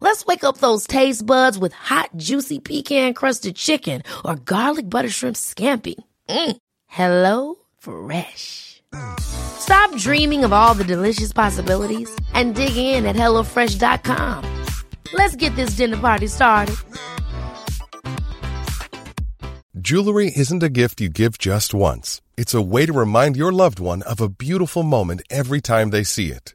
Let's wake up those taste buds with hot, juicy pecan crusted chicken or garlic butter shrimp scampi. Mm. Hello Fresh. Stop dreaming of all the delicious possibilities and dig in at HelloFresh.com. Let's get this dinner party started. Jewelry isn't a gift you give just once, it's a way to remind your loved one of a beautiful moment every time they see it.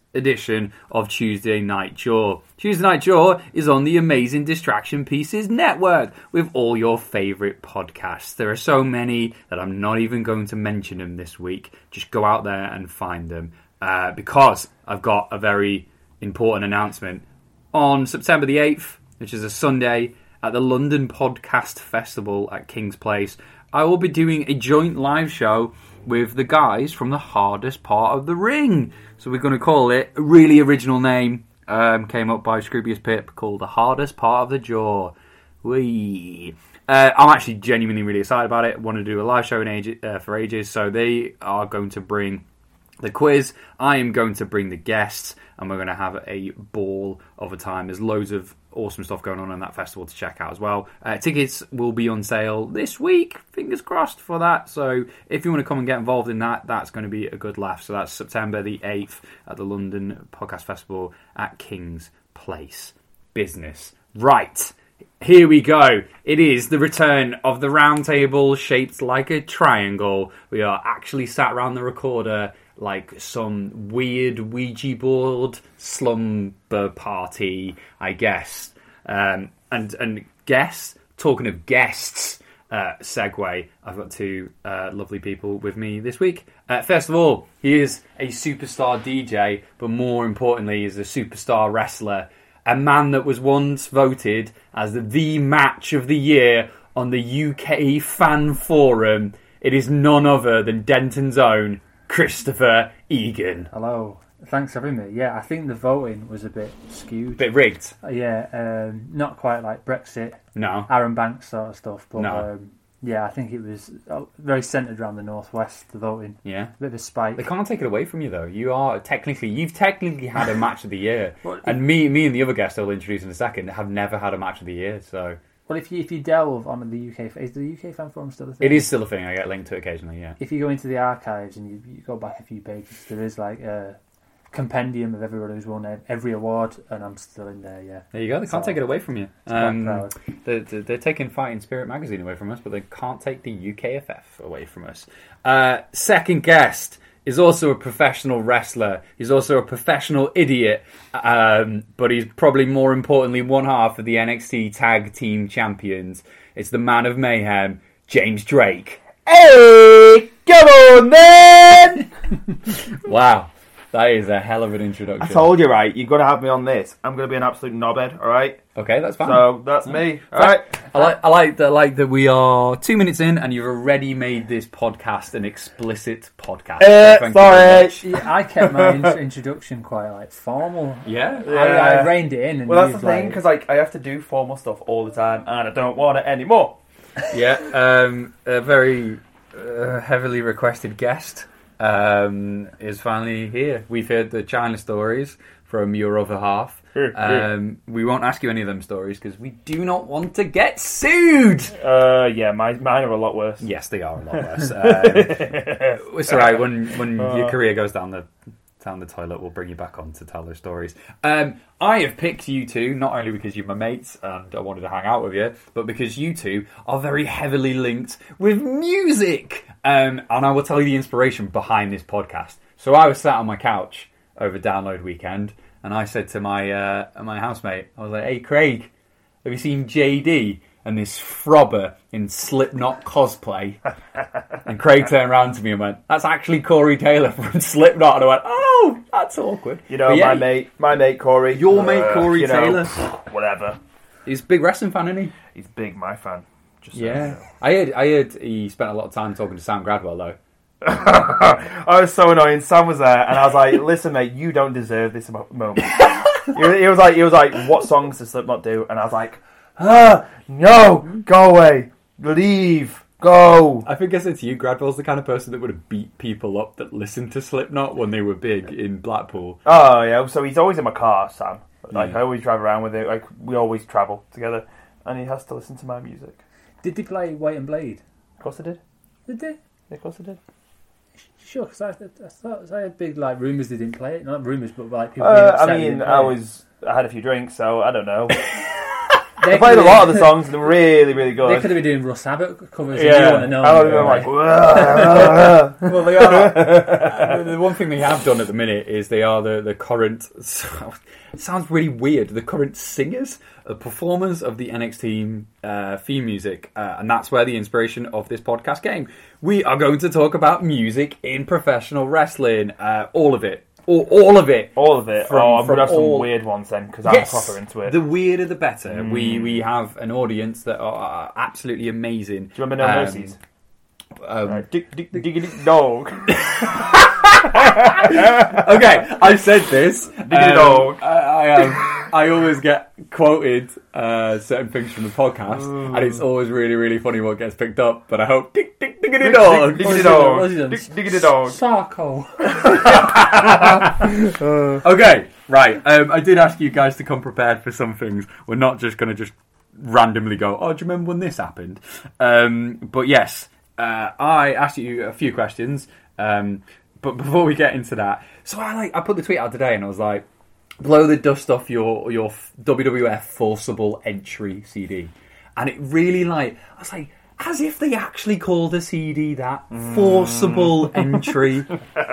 edition of Tuesday Night Jaw. Tuesday Night Jaw is on the Amazing Distraction Pieces network with all your favourite podcasts. There are so many that I'm not even going to mention them this week. Just go out there and find them uh, because I've got a very important announcement on September the 8th, which is a Sunday, at the London Podcast Festival at King's Place, I will be doing a joint live show with the guys from the hardest part of the ring. So we're going to call it a really original name um, came up by Scroobius Pip called the hardest part of the jaw. Wee. Uh, I'm actually genuinely really excited about it. Want to do a live show in ages, uh, for ages, so they are going to bring the quiz. I am going to bring the guests, and we're going to have a ball of a time. There's loads of awesome stuff going on in that festival to check out as well. Uh, tickets will be on sale this week. Fingers crossed for that. So if you want to come and get involved in that, that's going to be a good laugh. So that's September the 8th at the London Podcast Festival at King's Place. Business. Right. Here we go. It is the return of the round table shaped like a triangle. We are actually sat around the recorder like some weird Ouija board slumber party, I guess. Um, and and guests. Talking of guests, uh, segue. I've got two uh, lovely people with me this week. Uh, first of all, he is a superstar DJ, but more importantly, is a superstar wrestler. A man that was once voted as the, the match of the year on the UK fan forum. It is none other than Denton's own Christopher Egan. A Hello. Thanks for having me. Yeah, I think the voting was a bit skewed. Uh, bit rigged. Yeah, um, not quite like Brexit, No. Aaron Banks sort of stuff, but No. um, yeah, I think it was uh, very centred around the northwest. The voting, Yeah. a bit of a spike. They can't take it away from you though. You are technically you've technically had a match of the year, and me, me and the other guest I'll introduce in a second have never had a match of the year. So Well, if you if you delve on the UK, is the UK fan forum still a thing? it is still a thing. I get linked to it occasionally. Yeah. If you go into the archives and you, you go back a few pages, there is like a compendium of everyone who's won ev- every award, and I'm still in there. Yeah, There you go. They can't So, take it away from you. quite Um, proud. they're, they're they're taking Fighting Spirit magazine away from us, but they can't take the UKFF away from us. Uh, second guest is also a professional wrestler. He's also a professional idiot, um, but he's probably more importantly one half of the NXT Tag Team Champions. It's the Man of Mayhem, James Drake. Hey, come on, man! wow, that is a hell of an introduction. I told you, right? You've got to have me on this. I'm going to be an absolute knobhead, all right? Okay, that's fine. So that's me, all right? I like, I like that. Like that, we are two minutes in, and you've already made this podcast an explicit podcast. Eh, Thank you very sorry. much. Yeah, I kept my int- introduction quite like formal. Yeah. I, I Yeah. reined it in. And Well, that's you've, the thing, like- because like, I have to do formal stuff all the time, and I don't want it anymore. yeah. Um, a very uh, heavily requested guest um, is finally here. We've heard the China stories from your other half. Um, we won't ask you any of them stories because we do not want to get sued. Uh, yeah, my, mine are a lot worse. Yes, they are a lot worse. Um, it's all right when when your career goes down the down the toilet. We'll bring you back on to tell those stories. Um, I have picked you two not only because you're my mates and I wanted to hang out with you, but because you two are very heavily linked with music Um, and I will tell you the inspiration behind this podcast. So I was sat on my couch over download weekend, and I said to my uh, my housemate, I was like, "Hey, Craig, have you seen JD and this frobber in Slipknot cosplay?" and Craig turned around to me and went, "That's actually Corey Taylor from Slipknot." And I went, "Oh, that's awkward." You know, But yeah, my mate, my mate Corey. uh, Your mate Corey you know, Taylor. whatever. he's a big wrestling fan, isn't he? He's big, my fan. Just so you Yeah, know. I heard. I heard he spent a lot of time talking to Sam Gradwell though. I was so annoying. Sam was there, and I was like, "Listen, mate, you don't deserve this mo- moment." he, was- he was like, "He was like, what songs does Slipknot do?" And I was like, ah, "No, go away, leave, go." I think I said to you, Gradwell's the kind of person that would have beat people up that listened to Slipknot when they were big in Blackpool. Oh yeah, so he's always in my car, Sam. Like Yeah. I always drive around with it. Like we always travel together, and he has to listen to my music. Did they play White and Blade? Of course I did. Did they? Of course I did. Sure, because I, I thought 'cause I had big like rumours they didn't play it. Not rumours, but like people. being Uh, upset I they mean, didn't I play it. was. I had a few drinks, so I don't know. They I played a could've- lot of the songs, and they're really, really They could good. have been doing Russ Abbott covers. Yeah, and you Yeah, want to know? I would have been like, "Whoa." Well, they are. the one thing they have done at the minute is they are the, the current. It sounds really weird. The current singers, uh, performers of the NXT uh, theme music, uh, and that's where the inspiration of this podcast came. We are going to talk about music in professional wrestling, uh, all of it, all, all of it, all of it. From- oh, I'm from gonna have some all- weird ones then, because I'm proper into it. Mm. The Do weirder the better. We we have an audience that are absolutely amazing. Um, Do you remember No Mercies? um, Uh, dig- dig- diggity dog. okay, I said this. it all. I, I, um, I always get quoted uh, certain things from the podcast, and it's always really, really funny what gets picked up. But I hope dig, dig, diggity dog. Dig- diggity Aussie- dog. Aussie- Dig- Diggity dog. Sarko. Okay, right. Um, I did ask you guys to come prepared for some things. We're not just going to just randomly go, oh, do you remember when this happened? Um, but yes, uh, I asked you a few questions. Um, but before we get into that, so I like I put the tweet out today and I was like, blow the dust off your your WWF forcible entry CD, and it really like I was like. As if they actually called a CD that forcible entry. They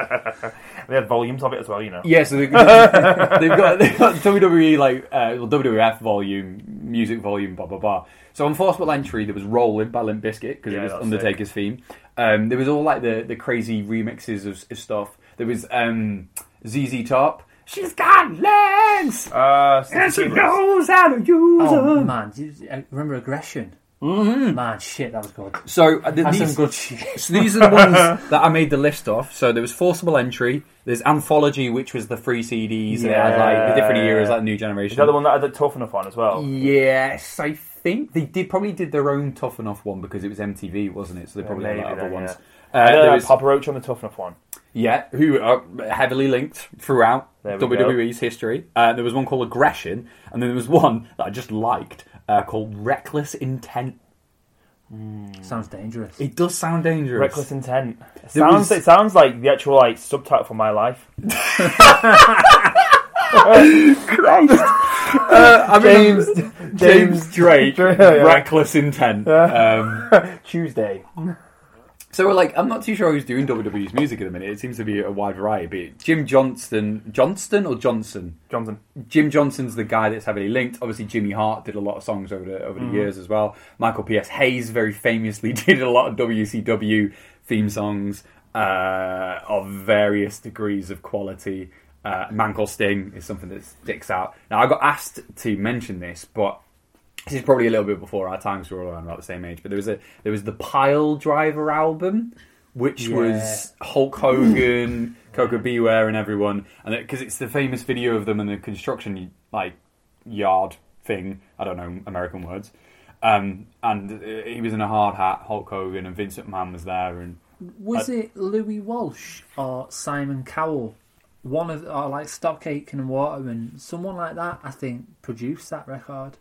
had volumes of it as well, you know. Yeah, so they, they've, got, they've got WWE like uh, well, WWF volume, music volume, blah blah blah. So on Forcible Entry, there was "Rolling" by Limp Bizkit because Yeah, it was that's Undertaker's theme. Um, there was all like the, the crazy remixes of, of stuff. There was um, ZZ Top. She's got legs, Uh, and she Secret Secrets. knows how to use Oh 'em. man, do you uh, remember aggression? Mm-hmm. Man, shit, that was good. So uh, th- That's these some good shit. So these are the ones that I made the list of. So there was Forcible Entry. There's Anthology, which was the free CDs. Yeah. Had, like the different eras, like New Generation. Is that the one that I did Tough Enough on as well? Yes, I think they did. Probably did their own tough enough one because it was MTV, wasn't it? So they probably had maybe like, other then, ones. I Uh, did there uh, was- Papa Roach on the Tough Enough one. yeah, who are heavily linked throughout There we WWE's history. Uh, there was one called Aggression, and then there was one that I just liked uh, called Reckless Intent. Sounds dangerous. It does sound dangerous. Reckless Intent. It There sounds, was- it sounds like the actual like subtitle for my life. I mean, James, James Drake, Drake, yeah. Reckless Intent. Um, Tuesday. So we're like, I'm not too sure who's doing WWE's music at the minute. It seems to be a wide variety. Be it Jim Johnston, Johnston or Johnson. Johnson. Jim Johnson's the guy that's heavily linked. Obviously, Jimmy Hart did a lot of songs over the over the years as well. Michael P.S. Hayes very famously did a lot of WCW theme songs uh, of various degrees of quality. Uh, Man Called Sting is something that sticks out. Now, I got asked to mention this, but this is probably a little bit before our times. We're all around about the same age, but there was a there was the Pile Driver album, which was Hulk Hogan, Coco Beware, and everyone, and because it's the famous video of them in the construction like yard thing. I don't know American words. Um, and uh, he was in a hard hat. Hulk Hogan and Vincent Mann was there, and Was it Louis Walsh or Simon Cowell? One of or like Stock Aitken and Waterman, someone like that. I think produced that record.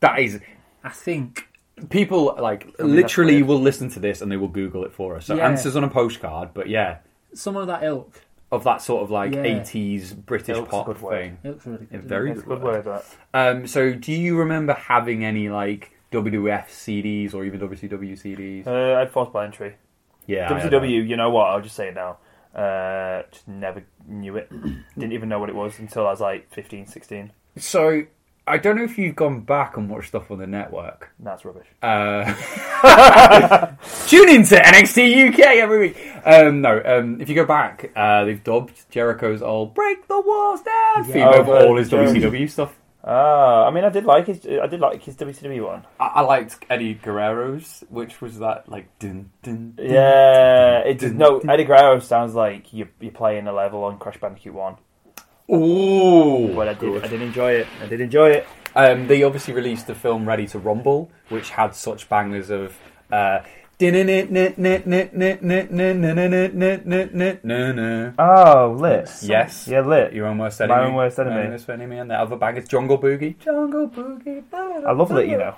that is I think. people like literally will listen to this and they will Google it for us. So Yeah. answers on a postcard, but yeah, Some of that ilk. of that sort of like Yeah. eighties British Ilk's a pop good word. thing. Ilk's really A good. isn't very It's a good, good word. word, that. Um, so, do you remember having any like WWF CDs or even WCW CDs? Uh, I had Force by Entry. Oh, Yeah, I heard that. WCW, you know what? I'll just say it now. Uh, just never knew it. Didn't even know what it was until I was like 15, 16. So I don't know if you've gone back and watched stuff on the network. And that's rubbish. Uh, tune into NXT UK every week. Um, no, um, if you go back, uh, they've dubbed Jericho's old "Break the Walls Down" theme Oh, over all his Jericho. WCW stuff. Ah, I mean, I did like his. I did like his WCW one. I, I liked Eddie Guerrero's, which was that like dun dun. Mm. dun. Yeah, it does. No, Eddie Guerrero sounds like you you're playing a level on Crash Bandicoot One. Ooh, But I did, I did enjoy it. I did enjoy it. Um, they obviously released the film Ready to Rumble, which had such bangers of. Uh, yes, Oh, lit. Yeah, lit. your own worst My enemy. Own Worst Enemy. My Own Worst Enemy, and the other bangers, Jungle Boogie. Jungle Boogie. I love lit. You know,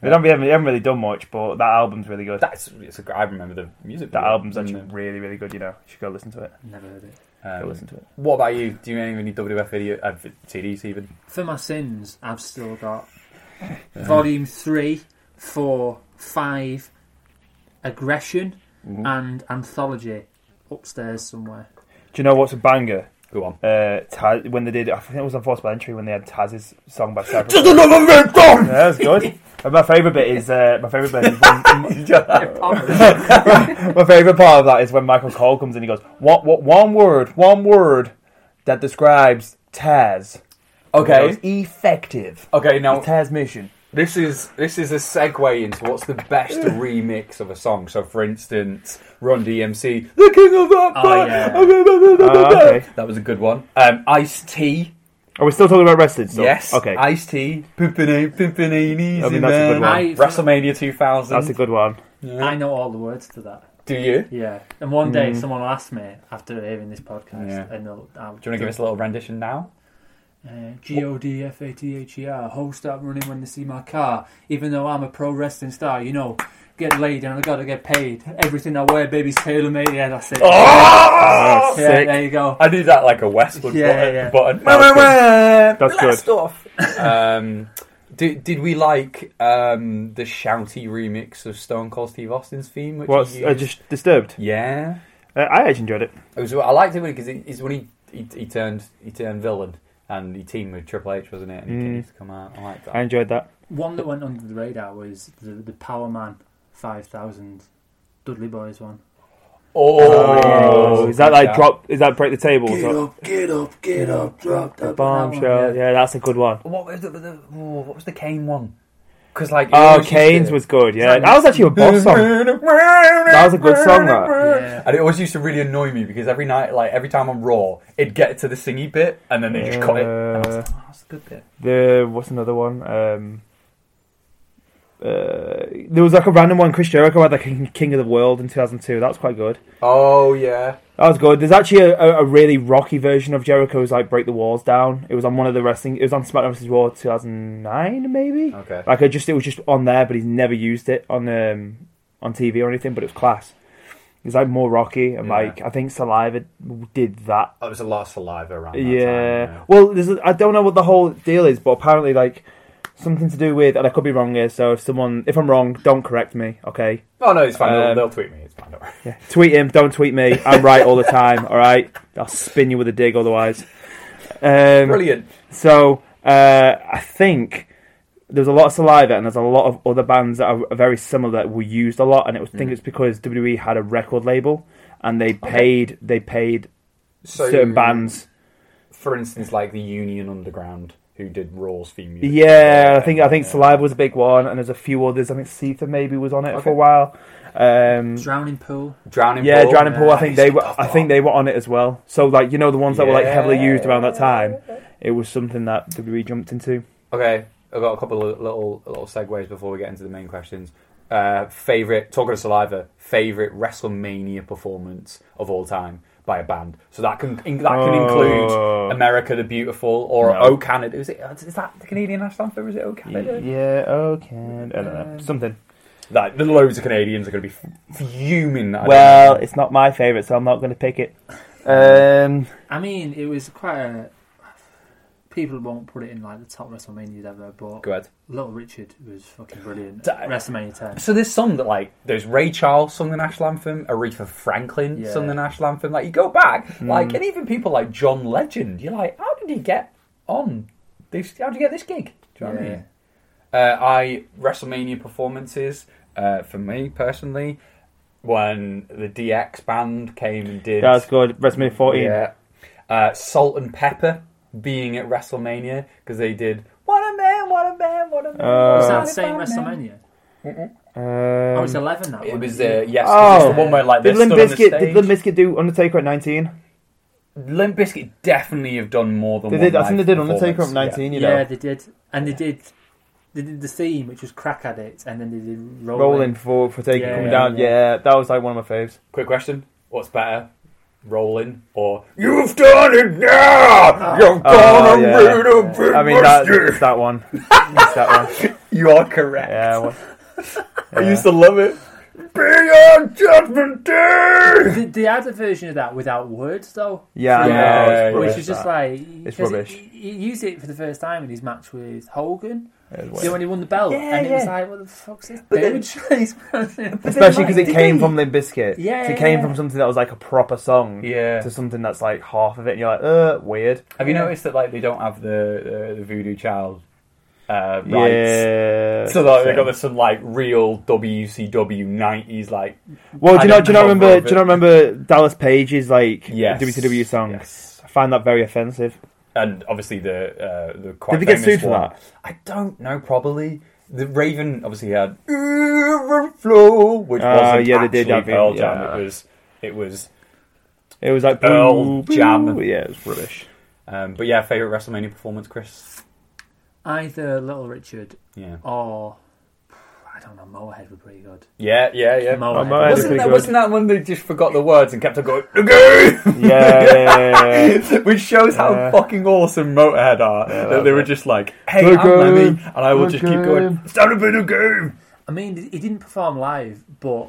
they don't. They haven't, they haven't really done much, but that album's really good. That, That's it's a, gr- I remember the music. video. Mm-hmm. album's And actually really, really good. You know, you should go listen to it. Never heard it. the- Go um, listen to it. what about you? Do you have any WF video uh, v- CDs even? For my sins, I've still got volume three, four, five, aggression, Mm-hmm. and anthology upstairs somewhere. Do you know what's a banger? Go on. Uh, Taz, when they did, I think it was on Force by Entry when they had Taz's song by Cypress. Just another red Yeah, that was good. And my favourite bit is uh, my favourite bit. Is when, my favourite part of that is when Michael Cole comes in. He goes, "What? What? One word. One word that describes Taz." Okay. He goes, effective. Okay, now Taz mission. This is this is a segue into what's the best remix of a song. So, for instance, Run DMC, "The King of Rock," Oh, yeah. Ah, okay. that was a good one. Um, Ice T, Are we still talking about wrestling? Still? yes, Okay. Ice T, pimpin' pimpin' easy I mean, that's a man. good one. I- WrestleMania 2000. That's a good one. I know all the words to that. Do you? Yeah, and one day someone will ask me after hearing this podcast, Mm-hmm. Yeah. and they'll. I'll, Do you want to give us a little rendition now? Uh, G O D F A T H E R. Hoes start running when they see my car. Even though I'm a pro wrestling star, you know, get laid and I gotta get paid. Everything I wear, baby's tailor made. Yeah, that's it. Oh, yeah, there you go. I do that like a Westwood Yeah, button. yeah. button. That's good. Blast off. um, did, did we like um, the shouty remix of Stone Cold Steve Austin's theme? Which What's he uh, used? just disturbed? yeah. Uh, I actually enjoyed it. It was, I liked it because it, it's when he, he he turned he turned villain and he teamed with Triple H, wasn't it? And Mm. he used to come out. I liked that. I enjoyed that. One that went under the radar was the, the Power Man 5000 Dudley Boys one. oh, Oh, is that like drop? Is that break the table? Is that- up, get up, get up, drop the Bombshell. yeah. that's a good one. What was the, the oh, what was the Kane one? Because like Oh, Kane's was good. Yeah, that was actually a boss song. That That was a good song, that. Yeah. And it always used to really annoy me because every night, like every time I'm raw, it'd get to the singy bit and then they just cut it. And I Uh, was like, oh, that's a good bit. The what's another one? Um, uh, there was like a random one. Chris Jericho had like King King of the World in 2002. That was quite good. Oh yeah. That was good. There's actually a, a, a really rocky version of Jericho's like Break the Walls Down. It was on one of the wrestling. It was on SmackDown vs. Raw 2009, maybe. Okay. Like I just it was just on there, but he's never used it on um on TV or anything. But it was class. It's like more rocky and Yeah. like I think Saliva did that That Oh, was a lot of saliva around. That yeah. Time, Well, there's a, I don't know what the whole deal is, but apparently, like something to do with, and I could be wrong here. So if someone, if I'm wrong, don't correct me. Okay. Oh no, it's fine. Um, they'll, they'll tweet me. It's fine. Don't worry. Tweet him. Don't tweet me. I'm right all the time. All right. I'll spin you with a dig otherwise. Um, Brilliant. So uh, I think there was a lot of saliva, and there's a lot of other bands that are very similar that were used a lot, and it was, I Mm. think it's because WWE had a record label and they paid they paid So, certain bands. for instance, like the Union Underground, who did Raw's theme music. Yeah, I think I think Yeah. Saliva was a big one, and there's a few others. I think Seetha maybe was on it Okay. for a while. Um, Drowning Pool. Drowning yeah, Pool. Drowning Pool. I Yeah, think he's they a were. tough I think one. they were on it as well. So like you know the ones that were like heavily used Yeah. around that time. It was something that WWE jumped into. Okay, I've got a couple of little little segues before we get into the main questions. Uh, favorite talking of saliva. Favorite WrestleMania performance of all time by a band. So that can that can Oh. include America the Beautiful or No. O Canada. Is it is that the Canadian national anthem? or Is it O Canada? Yeah, okay. I don't know something. Like the loads of Canadians are going to be f- fuming. that I Well, don't know. it's not my favorite, so I'm not going to pick it. Um, I mean, it was quite a. people won't put it in like the top WrestleMania ever, but Go ahead. Little Richard was fucking brilliant. Da- WrestleMania 10. So there's some that like there's Ray Charles sung the national anthem, Aretha Franklin Yeah. Mm. sung the national anthem. Like you go back, like and even people like John Legend, you're like, how did he get on? This, how did he get this gig? Do you know Yeah. what I mean? Uh, I WrestleMania performances uh, for me personally when the DX band came and did That's good. WrestleMania 14. yeah. Uh, Salt and Pepper being at WrestleMania because they did What a Man, What a Man, What a Man. was what that a the same man." WrestleMania? Um, oh, it's 11 that It one. was isn't uh, it? yes, 'cause oh, it's the one where like did they're Limp stood on the Bizkit did stage. Limp Bizkit do Undertaker at 19? Limp Bizkit definitely have done more than They one did, I live think they did Undertaker at performance. 19. uh, You know, Yeah, they did. And they did They did the theme, which was Crack at It, and then they did Rolling. rolling for for taking Yeah, coming down. yeah. Yeah. that was like one of my faves. Yeah. Quick question: What's better, rolling or you've done it now? You've Oh, gone yeah. and rid of I mean, that, it's that one. It's that one. You are correct. Yeah, well, I used to love it. Be on Judgment Day. They, they had a version of that without words, though. yeah, I know, Yeah, it's yeah, Which rubbish, is just that. like It's 'cause rubbish. He, he used it for the first time in his match with Hogan. It's See when he won the belt, Yeah, and it was yeah. like, what the fuck's this then- bitch? He's wearing- Especially because Like, it did came they- from Limp Bizkit. Yeah, yeah, So it came yeah. from something that was like a proper song Yeah. to something that's like half of it, and you're like, uh, weird. Have you noticed that like they don't have the uh, the Voodoo Child uh, rights? Yeah. So like, they got this some like real WCW nineties like Well, do I you know? don't Do you not know remember? of Do it. you not remember Dallas Page's like Yes. WCW songs? Yes. I find that very offensive. and obviously the uh, the quite Did they get famous sued for one. that? I don't know. Probably the Raven obviously had Overflow, which Oh, wasn't yeah, yeah, they did actually have it, Pearl Jam. yeah. It was it was. It was like Earl boo, boo. Jam. Yeah, it's rubbish. Um, but yeah, favorite WrestleMania performance, Chris. Either Little Richard Yeah, or I don't know, Motorhead were pretty good. yeah, yeah, yeah. Oh, Motorhead. Motorhead was- is Wasn't pretty that, good. wasn't that when they just forgot the words and kept on going again? Yeah, yeah, yeah. Which shows how Yeah. fucking awesome Motorhead are. that they were just like, "Hey, Good I'm Lemmy, game. and I will Good just keep game. going." It's not a bit of game. I mean, he didn't perform live, but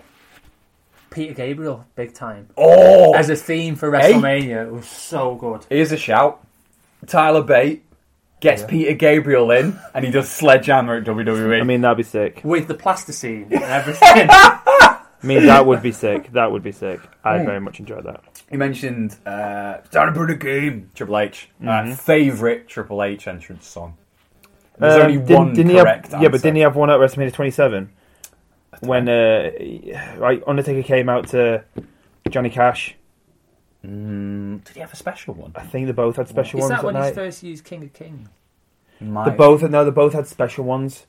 Peter Gabriel, big time. Oh, As a theme for WrestleMania, it was so good. Here's a shout. Tyler Bate gets Peter Gabriel in, and he does sledgehammer at E. WWE. I mean, that'd be sick. With the plasticine and everything. I mean, that would be sick. That would be sick. I very much enjoyed that. you mentioned uh, "Starting for the Game," Triple H. Mm-hmm. Uh, favorite Triple H entrance song. There's Um, only didn't- one didn't he have- correct Yeah, answer. but didn't he have one at WrestleMania 27 when uh, like Undertaker came out to Johnny Cash? Mm, did he have a special one? I think they both had special Is ones that at when he night. first used King of King? My, They both no, they both had special ones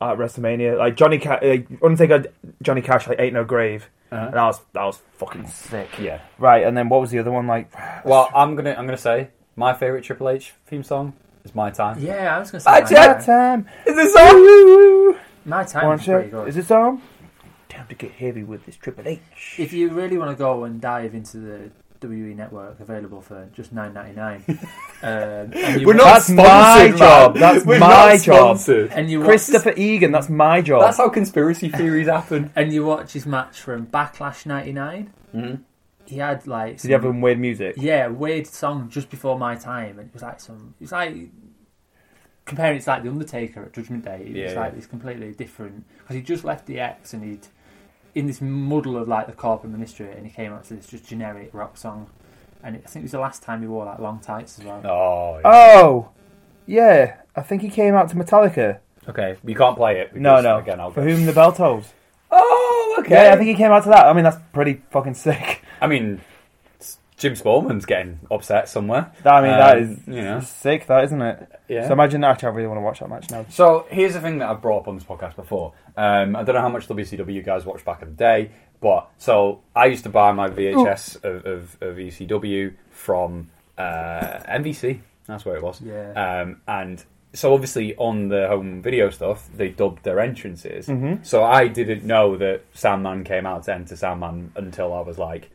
at WrestleMania. Like Johnny Cash, like, Undertaker, had Johnny Cash, like Ain't No Grave, Uh-huh. and that was that was fucking sick. yeah. Right, and then what was the other one like? Well, I'm gonna I'm gonna say my favorite Triple H theme song is "My Time." Yeah, I was going to say. I my just- time. Time Is this song? Woo! My time One was pretty shot. good. Is this on? Time to get heavy with this Triple H. If you really want to go and dive into the WWE network, available for just nine ninety nine, um, and you We're wa- not That's my sponsored, job. man. That's We're my not job. sponsored. and you watch- Christopher Egan, that's my job. That's how conspiracy theories happen. and you watch his match from Backlash '99. He had like Did you have some- him weird music? yeah weird song just before my time, and it was like some it's like comparing it's like the Undertaker at Judgment Day. It was Yeah, like yeah. it's completely different because he just left the X and he'd in this muddle of like the corporate ministry, and he came out to this just generic rock song. And it, I think it was the last time he wore like long tights as well. Oh, Oh, yeah. I think he came out to Metallica. okay. We can't play it. No, because, no. Again, I'll For go. whom the bell tolls. Oh, okay. Yeah, I think he came out to that. I mean, that's pretty fucking sick. I mean, s- Jim Smallman's getting upset somewhere. I mean, that is Um, you know. sick, that isn't it? Yeah. So imagine that. I really want to watch that match now. So here's the thing that I've brought up on this podcast before. Um, I don't know how much WCW guys watched back in the day, but so I used to buy my VHS of, of, of ECW from uh, MVC. That's where it was. Yeah. Um, and so obviously on the home video stuff, they dubbed their entrances. So I didn't know that Sandman came out to enter Sandman until I was like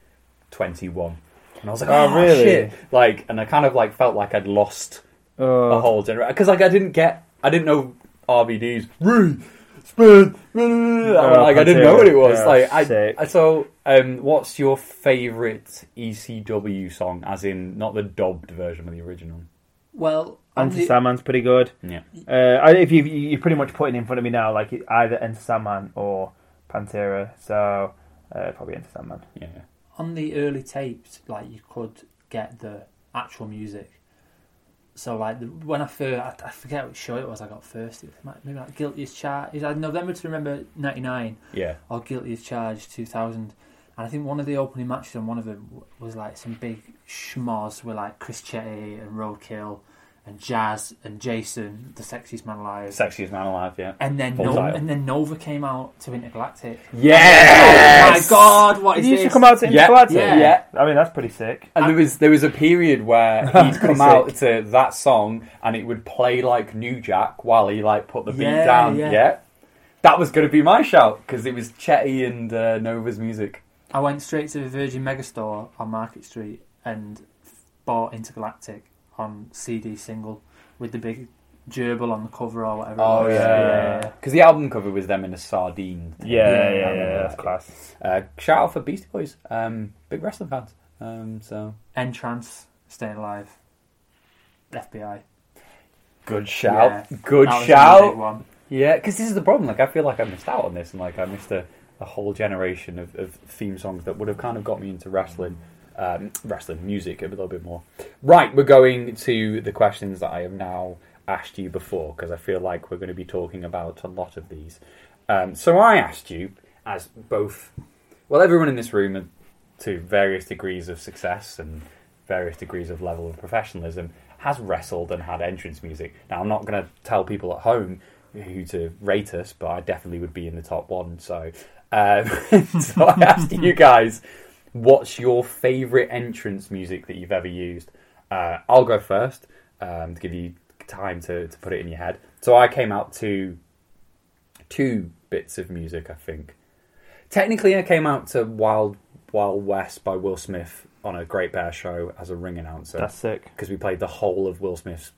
21. And I was like, oh, Oh, really? shit. Like, and I kind of like felt like I'd lost Oh. a whole generation because like I didn't get I didn't know RVDs. Roo, spin, roo, roo, roo. Oh, like I didn't know what it was. yeah, like I, sick. I so um, what's your E favourite ECW song? As in not the dubbed version of the original. Well, Anti Sandman's pretty good. Yeah. Uh, I- if you you're pretty much putting in front of me now, like it either Enter Sandman or Pantera, so uh, probably Enter Sandman. Yeah. on the early tapes, like you could get the actual music. So like the, when I first, I, I forget which show it was. I got first. It might, maybe like Guilty as Charged. I November to Remember '99 Yeah. or Guilty as Charged 2000. And I think one of the opening matches on one of them w- was like some big schmoz with like Chris Chetty and Roadkill and Jazz and Jason, the sexiest man alive. Sexiest man alive. Yeah. and then Full Nova, title. and then Nova came out to Intergalactic. Yes. Oh my god, what is you this? should come out to Yeah. Intergalactic. Yeah. I mean that's pretty sick. And there was there was a period where he'd come out to that song and it would play like New Jack while he like put the Yeah, beat down. yeah. Yeah. That was going to be my shout because it was Chetty and uh, Nova's music. I went straight to the Virgin Megastore on Market Street and f- bought Intergalactic on CD single with the big gerbil on the cover or whatever. it Oh, was. Because Uh, the album cover was them in a sardine. Yeah, yeah, yeah, I remember that's that. class. Uh, shout out for Beastie Boys, um, big wrestling fans. Um, so Entrance, Staying Alive, FBI. good shout, Yeah, good that was another shout. big one. Yeah, because this is the problem. Like, I feel like I missed out on this, and like I missed a, a whole generation of, of theme songs that would have kind of got me into wrestling, um, wrestling music a little bit more. Right, we're going to the questions that I have now asked you before because I feel like we're going to be talking about a lot of these. Um, so I asked you, as both, well, everyone in this room, to various degrees of success and various degrees of level of professionalism, has wrestled and had entrance music. Now, I'm not going to tell people at home who to rate us, but I definitely would be in the top one. So, um, so I asked you guys, what's your favourite entrance music that you've ever used? Uh, I'll go first um, to give you time to, to put it in your head. So I came out to two bits of music, I think. Technically, I came out to Wild Wild West by Will Smith on a Great Bear show as a ring announcer. That's sick. Because we played the whole of Will Smith's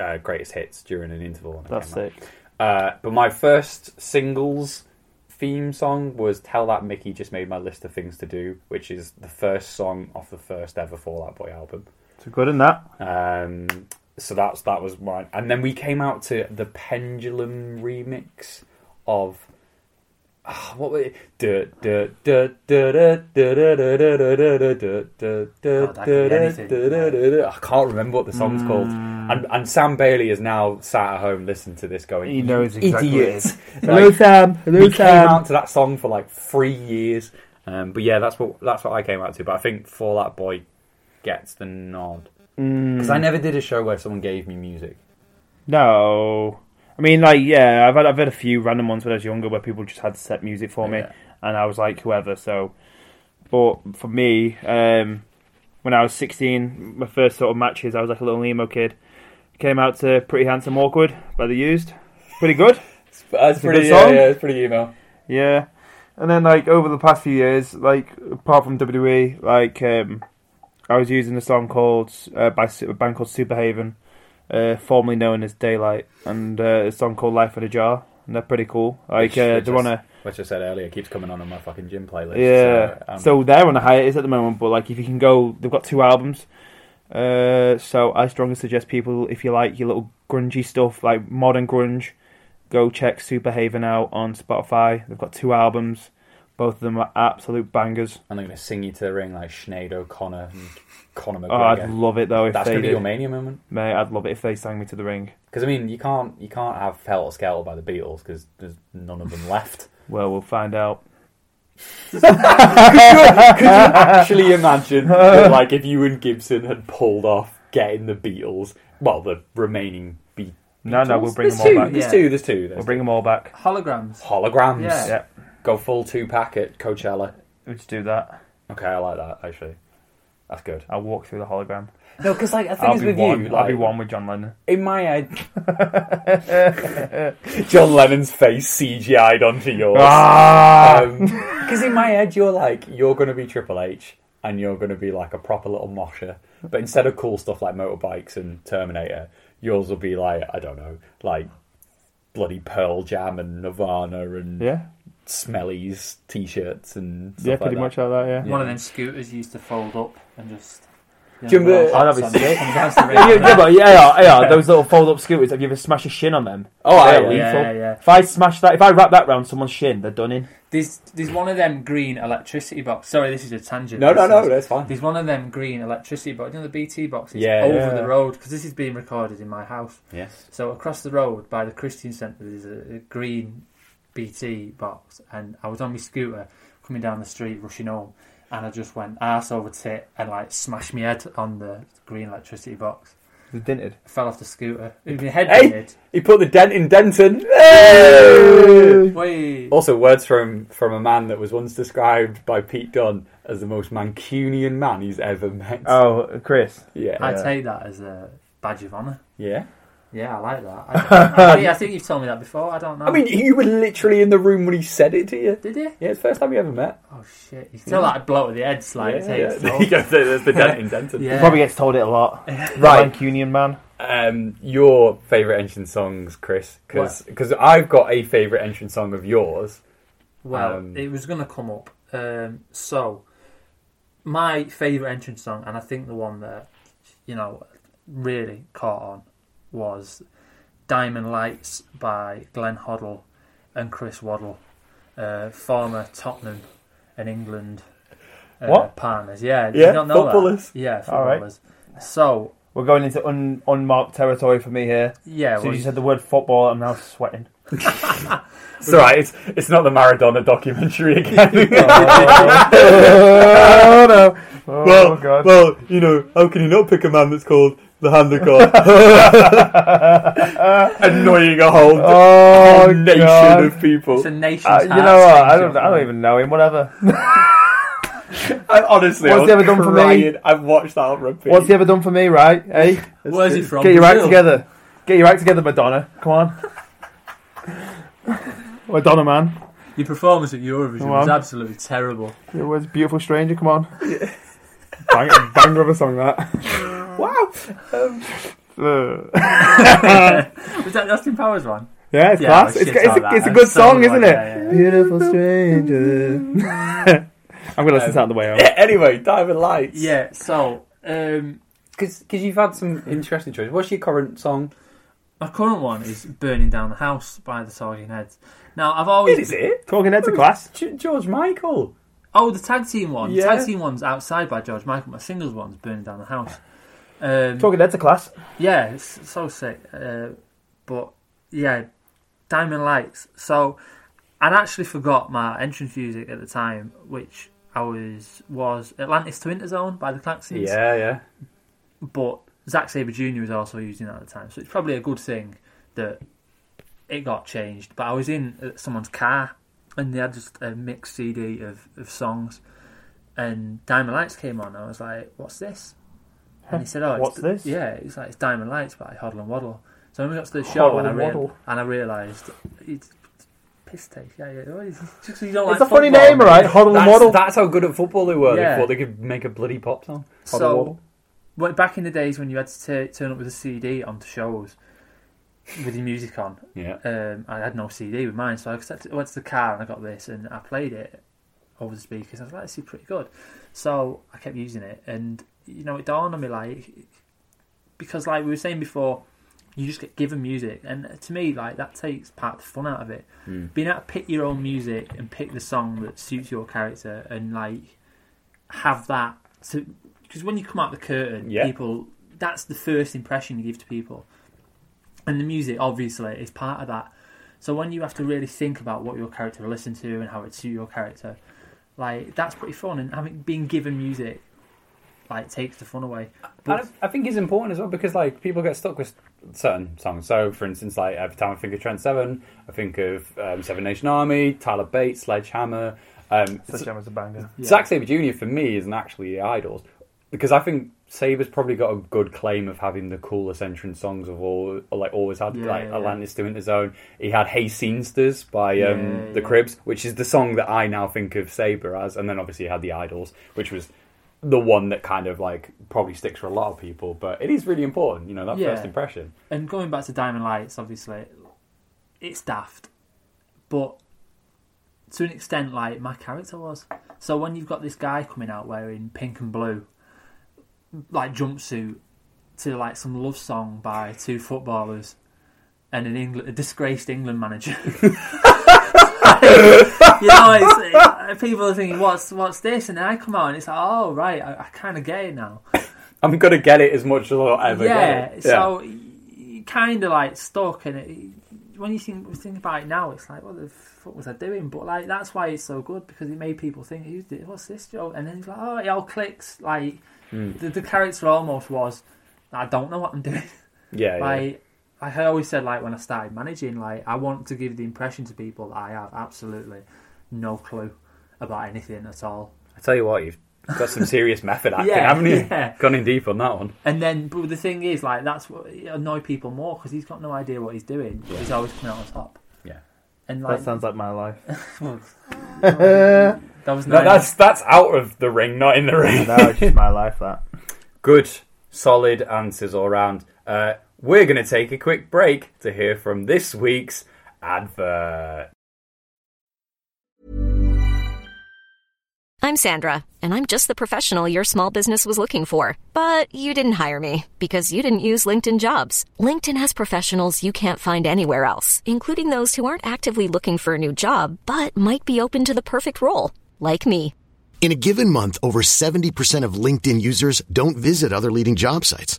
uh, greatest hits during an interval. and I That's came out. sick. Uh, but my first singles theme song was "Tell That Mickey Just Made My List of Things to Do," which is the first song off the first ever Fallout Boy album. So good in that. Um, so that's that was mine. And then we came out to the Pendulum remix of ah, what were it? Du- du- du- du- du- du- du- du- du- du- du- du- du- du- du- God, that could be du- anything. du- du- du- du- I can't remember what the song's called. Mm. And and Sam Bailey is now sat at home listening to this going. He knows "You exactly what it idiot." is. Like, Sam. Hello we came out to that song for like three years. Um, but yeah, that's what that's what I came out to. But I think Fallout Boy gets the nod Hmm. because I never did a show where someone gave me music. No, I mean like yeah, I've had I've had a few random ones when I was younger where people just had set music for me, Yeah. and I was like whoever. So, but for me, um, when I was sixteen, my first sort of matches, I was like a little emo kid. Came out to "Pretty Handsome Awkward" by The Used, pretty good. That's a pretty- good yeah, song. yeah, uh, it's pretty emo. Yeah. And then like over the past few years, like apart from WWE, like um, I was using a song called uh, by Su- a band called Superhaven, uh, formerly known as Daylight, and uh, a song called Life in a Jar, and they're pretty cool. Like Which- uh, which they're is- on a Which I said earlier keeps coming on on my fucking gym playlist. yeah, So, um, so they're on a hiatus at the moment. But like if you can go, they've got two albums. Uh, so I strongly suggest people if you like your little grungy stuff, like modern grunge, go check Superhaven out on Spotify. They've got two albums. Both of them are absolute bangers. and they're gonna sing you to the ring like Sinead O'Connor and Conor Oh, I'd McGregor. love it though if that's they gonna be did. your mania moment. Mate, I'd love it if they sang me to the ring. Because I mean, you can't you can't have Felt or Skelter by the Beatles because there's none of them left. Well, we'll find out. actually imagine that, like if you and Gibson had pulled off getting the Beatles, well, the remaining Beatles. No, no, we'll bring there's them all two, back. There's Yeah. two. There's two. There's We'll bring them all back. Holograms. holograms. Yeah. Yeah, Go full two pack at Coachella. we'll just do that. Okay, I like that actually. That's good. I'll walk through the hologram. No, because like I think I'll it's be with one. you. I'll be like, one with John Lennon. in my head. John Lennon's face CGI'd onto yours. Ah! Because in my head, you're like, you're going to be Triple H and you're going to be like a proper little mosher. But instead of cool stuff like motorbikes and Terminator, yours will be like, I don't know, like bloody Pearl Jam and Nirvana and yeah, Smelly's t shirts and stuff yeah, like pretty that. much like that. Yeah. One of them scooters you used to fold up and just Do you remember- I'd Oh, be sick. Yeah, yeah, yeah, but yeah, yeah, yeah, those little fold-up scooters. Have you ever smashed a shin on them? Oh, I have, They're yeah, lethal. yeah, yeah. If I smash that, if I wrap that round someone's shin, they're done in. There's there's one of them green electricity box. Sorry, this is a tangent. No, no, no, This is- that's fine. There's one of them green electricity box. You know the BT boxes Yeah, over yeah. the road because this is being recorded in my house. Yes. So across the road by the Christian Centre, there's a, a green BT box, and I was on my scooter coming down the street, rushing home, and I just went arse over tit and like smashed my head on the green electricity box. They're dented. Fell off the scooter. My head Hey! did. He put the dent in Denton. Hey! Wait. Also, words from from a man that was once described by Pete Dunne as the most Mancunian man he's ever met. Oh, Chris. yeah, I take that as a badge of honour. yeah. Yeah, I like that. I, I, think- I think you've told me that before. I don't know. I mean, you were literally in the room when he said it to you. did you? Yeah, it's the first time you ever met. Oh shit! You can tell that blow at the head slide. yeah, Yeah, yeah. There you go. There's the dent in Denton. Yeah. Probably gets told it a lot. Right. Mancunian man. Um, your favorite entrance songs, Chris, because I've got a favorite entrance song of yours. Well, Um, it was going to come up. Um, so, my favourite entrance song, and I think the one that you know really caught on, was "Diamond Lights" by Glenn Hoddle and Chris Waddle, uh, former Tottenham and England uh, What? partners. Yeah, Yeah, you don't know that? footballers. Yeah, All right. footballers. So, We're going into un- unmarked territory for me here. yeah, As soon well, as you said the word football, I'm now sweating. It's all right. It's it's not the Maradona documentary again. oh no! Oh, well, God. well, you know, how can you not pick a man that's called the Hand of God? Annoying a whole oh nation God. of people. it's a nation's Uh, you know heart what? I sings don't. of I don't love. even know him. Whatever. I, honestly, What's I was he ever done for me? crying. I've watched that on repeat. What's he ever done for me? Right? Hey, Where's he from? get your act Brazil? together. Get your act together, Madonna. Come on, Madonna man. Your performance at Eurovision Come was on. absolutely terrible. It was beautiful stranger. Come on. Bang, banger of a song that. wow? Uh, Was that the Austin Powers one? yeah, it's Yeah, class. shit's It's, it's, like that. a, it's a I good just don't song, like isn't it? that, yeah. Beautiful stranger. I'm gonna listen to that on the way home. anyway, Diamond Lights. Yeah, so um, because you've had some interesting choices. What's your current song? my current one is Burning Down the House by the Talking Heads. Now, I've always. it? Talking head to class. G- George Michael. Oh, the tag team one. Yeah. The tag team one's Outside by George Michael. My singles one's Burning Down the House. Um, Talking head to class. yeah, it's so sick. Uh, but, yeah, Diamond Lights. So, I'd actually forgot my entrance music at the time, which I was was Atlantis to Interzone by the Claxons. Yeah, yeah. but Zack Sabre Jr. was also using that at the time, so it's probably a good thing that it got changed. But I was in uh, someone's car and they had just a mixed CD of, of songs, and Diamond Lights came on. I was like, "What's this?" And he said, "Oh, What's it's this? Yeah, it's like it's Diamond Lights by Hoddle and Waddle." So when we got to the show, Hoddle and I and real Waddle. and I realised it's piss take. Yeah, yeah, it's just 'cause you don't It's like a funny football, name, mate. right? Huddle That's, model. that's how good at football they were. Yeah. They thought they could make a bloody pop song. So Huddle model. well, back in the days when you had to t- turn up with a CD onto shows with your music on, Yeah. um, I had no CD with mine, so I set- went to the car and I got this and I played it over the speakers. I was like, this is pretty good. So I kept using it, and you know, it dawned on me like, because like we were saying before, you just get given music, and to me, like that takes part of the fun out of it. Being able to pick your own music and pick the song that suits your character, and like have that to because when you come out the curtain, Yeah. people that's the first impression you give to people, and the music obviously is part of that. So when you have to really think about what your character will listen to and how it suits your character, like that's pretty fun. And having been given music, like takes the fun away. But And I, I think it's important as well because like people get stuck with certain songs. So, for instance, like every time I think of Trent Seven, I think of um, Seven Nation Army, Tyler Bates, Sledgehammer. Um, Such a banger. Zack Sabre Jr. for me isn't actually the idols because I think Sabre's probably got a good claim of having the coolest entrance songs of all, or, like always had Yeah, like yeah. Atlantis doing his own. He had Hey Scenesters by um, Yeah, The yeah. Cribs, which is the song that I now think of Sabre as, and then obviously he had The Idols, which was the one that kind of like probably sticks for a lot of people, but it is really important, you know, that Yeah. first impression. and going back to Diamond Lights, obviously, it's daft, but to an extent, like my character was. So when you've got this guy coming out wearing pink and blue, like jumpsuit to like some love song by two footballers and an Engl- a disgraced England manager. you know, it's, it, people are thinking, "What's what's this?" And then I come out and it's like, "Oh right, I, I kind of get it now." I'm gonna get it as much as I'll ever yeah, get it. so you kind of like stuck, and it, when you think think about it now, it's like, what the fuck was I doing? But like that's why it's so good because it made people think, "Who's thi- what's this joke?" And then it's like, oh, it all clicks. Like the, the character almost was, I don't know what I'm doing. Hmm. yeah, yeah, yeah. Like, like I always said, like when I started managing, like I want to give the impression to people that I have absolutely no clue about anything at all. I tell you what, you've got some serious method acting, Yeah, haven't you? yeah. Gone in deep on that one. And then, but the thing is, like that's what it annoyed people more because he's got no idea what he's doing. but He's always coming out on top. Yeah. And like That sounds like my life. that was No, nice. that's that's out of the ring, not in the ring. No, it's just my life. That. Good, solid answers all round. Uh, we're going to take a quick break to hear from this week's advert. I'm Sandra, and I'm just the professional your small business was looking for. But you didn't hire me because you didn't use LinkedIn jobs. LinkedIn has professionals you can't find anywhere else, including those who aren't actively looking for a new job but might be open to the perfect role, like me. In a given month, over 70% of LinkedIn users don't visit other leading job sites.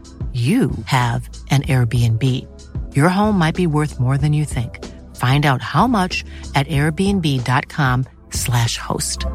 you have an Airbnb. Your home might be worth more than you think. Find out how much at airbnb.com/slash host.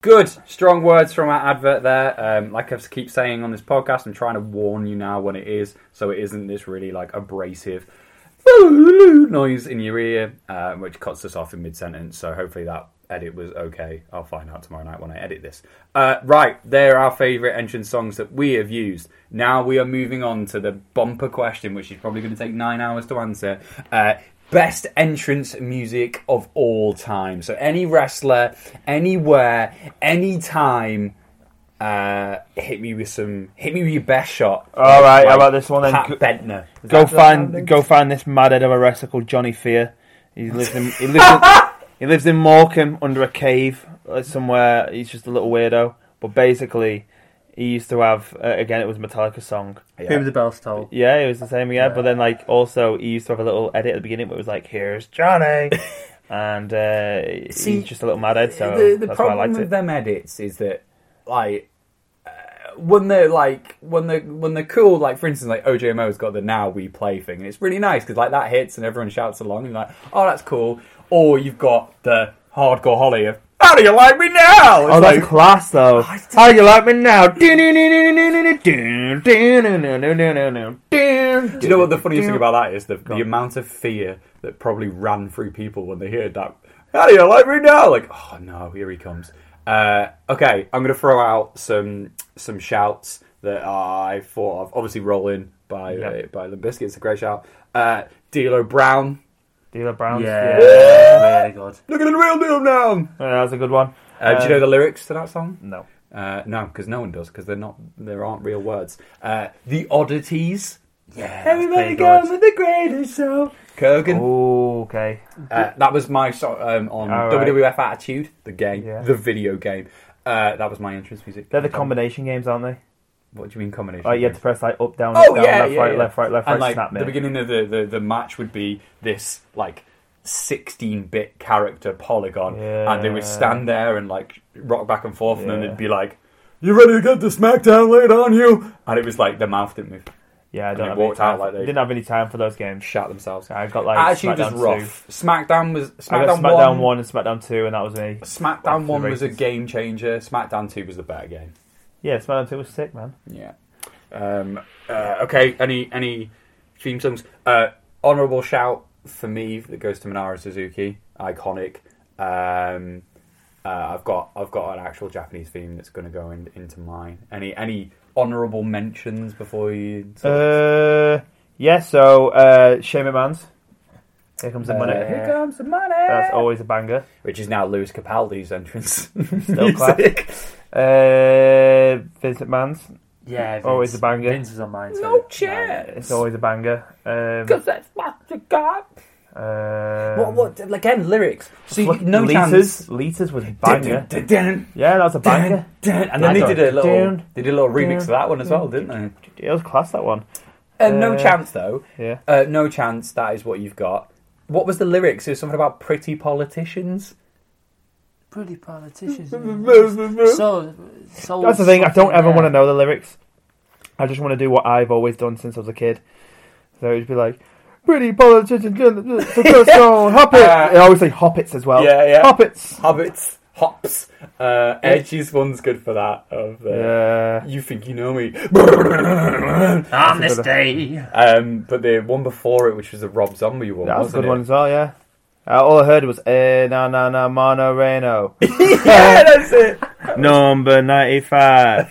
Good, strong words from our advert there. Um, like I keep saying on this podcast, I'm trying to warn you now when it is, so it isn't this really like abrasive noise in your ear, uh, which cuts us off in mid sentence. So hopefully that edit was okay. I'll find out tomorrow night when I edit this. Uh, right, they're our favourite entrance songs that we have used. Now we are moving on to the bumper question, which is probably going to take nine hours to answer. Uh, Best entrance music of all time. So any wrestler, anywhere, any time, uh, hit me with some. Hit me with your best shot. All right, how about this one then? Pat Go- Bentner. Go find, go find this mad head of a wrestler called Johnny Fear. He lives in, he lives in, he lives in Morecambe under a cave uh, somewhere. He's just a little weirdo. But basically, he used to have uh, again. It was a Metallica song. Who was the bell's toll? Yeah, it was the same. Yeah, but then like also he used to have a little edit at the beginning where it was like, "Here's Johnny," and uh, See, he's just a little mad head. So the, the that's why I problem liked with it. them edits is that like uh, when they're like when they when they're cool like for instance like OJMO's got the now we play thing and it's really nice because like that hits and everyone shouts along and you're like oh that's cool or you've got the hardcore Holly of how do you like me now it's Oh, that's like class though. it's- How you like me now? Do do you know what the funniest thing about that is the, the amount of fear that probably ran through people when they heard that how do you like me now like oh no here he comes uh, okay i'm going to throw out some some shouts that i thought of obviously rolling by uh, by the biscuits a great shout uh, D'Lo brown Uh, Dealer Browns? Yeah, yeah. really good. look at the real deal now Yeah, that was a good one. uh, do you know the lyrics to that song No. Uh, no, because no one does, because they're not. There aren't real words. Uh, the oddities. Yeah, everybody pretty good. goes with the greatest show. Kogan. Ooh, okay. Uh, that was my so- um, on All right. WWF Attitude, the game, Yeah. the video game. Uh, that was my entrance music. They're the combination games, aren't they? What do you mean combination? Like you had moves? to press like up, down, Oh down, yeah, left, yeah, right, yeah. left, right, left, and, right, like, snap The move. beginning of the, the, the match would be this like sixteen bit character polygon, and they would Yeah. stand there and like rock back and forth, and then Yeah. they'd be like, "You ready to get the SmackDown laid on you?" And it was like their mouth didn't move, Yeah, I and don't they have walked any time out for- like they- didn't have any time for those games. shat themselves. I got like Actually, it was SmackDown rough. SmackDown was Two. I SmackDown, got SmackDown one. one. and SmackDown two, and that was me. Off SmackDown to the one was a races. game changer. SmackDown two was the better game. Yeah, SmackDown two was sick, man. Yeah. Um, uh, okay. Any any theme songs? Uh, honorable shout for me that goes to Minara Suzuki. Iconic. Um, uh, I've got I've got an actual Japanese theme that's going to go in, into mine. Any any honorable mentions before you? sort of- Uh, yeah. So uh, Shane McMahon's Here Comes the Uh, Money. Here comes the money. That's always a banger. Which is now Lewis Capaldi's entrance. Still classic. Uh, Vincent Mann's. Yeah, Vince, Always a banger. Vince was on mine. Too. No chance. It's always a banger. Um, Because that's what you got. um, What, what, again, lyrics. See, Look, no chance. liters. Liters was banger. Dun, dun, dun, Yeah, that was a dun, banger. dun. And then they did a little, Dun, they did a little remix dun, of that one as well, didn't It was class that one. they? Uh, no Uh, chance though. Yeah. Uh, no chance. That is what you've got. What was the lyrics? It was something about pretty politicians. Pretty politicians. so, so That's the thing. I don't ever want to know the lyrics. I just want to do what I've always done since I was a kid. So it'd be like, pretty politician, stone, hoppets. I always say hoppets as well. Yeah, yeah. Hoppets. Hobbits, hops, uh, edges. One's good for that. Of uh, Yeah. you think you know me. On this day, um, but the one before it, which was the Rob Zombie one, That was a wasn't good it? one as well, yeah. Uh, all I heard was, eh, na na na, mano reno. yeah, that's it. Number 95. I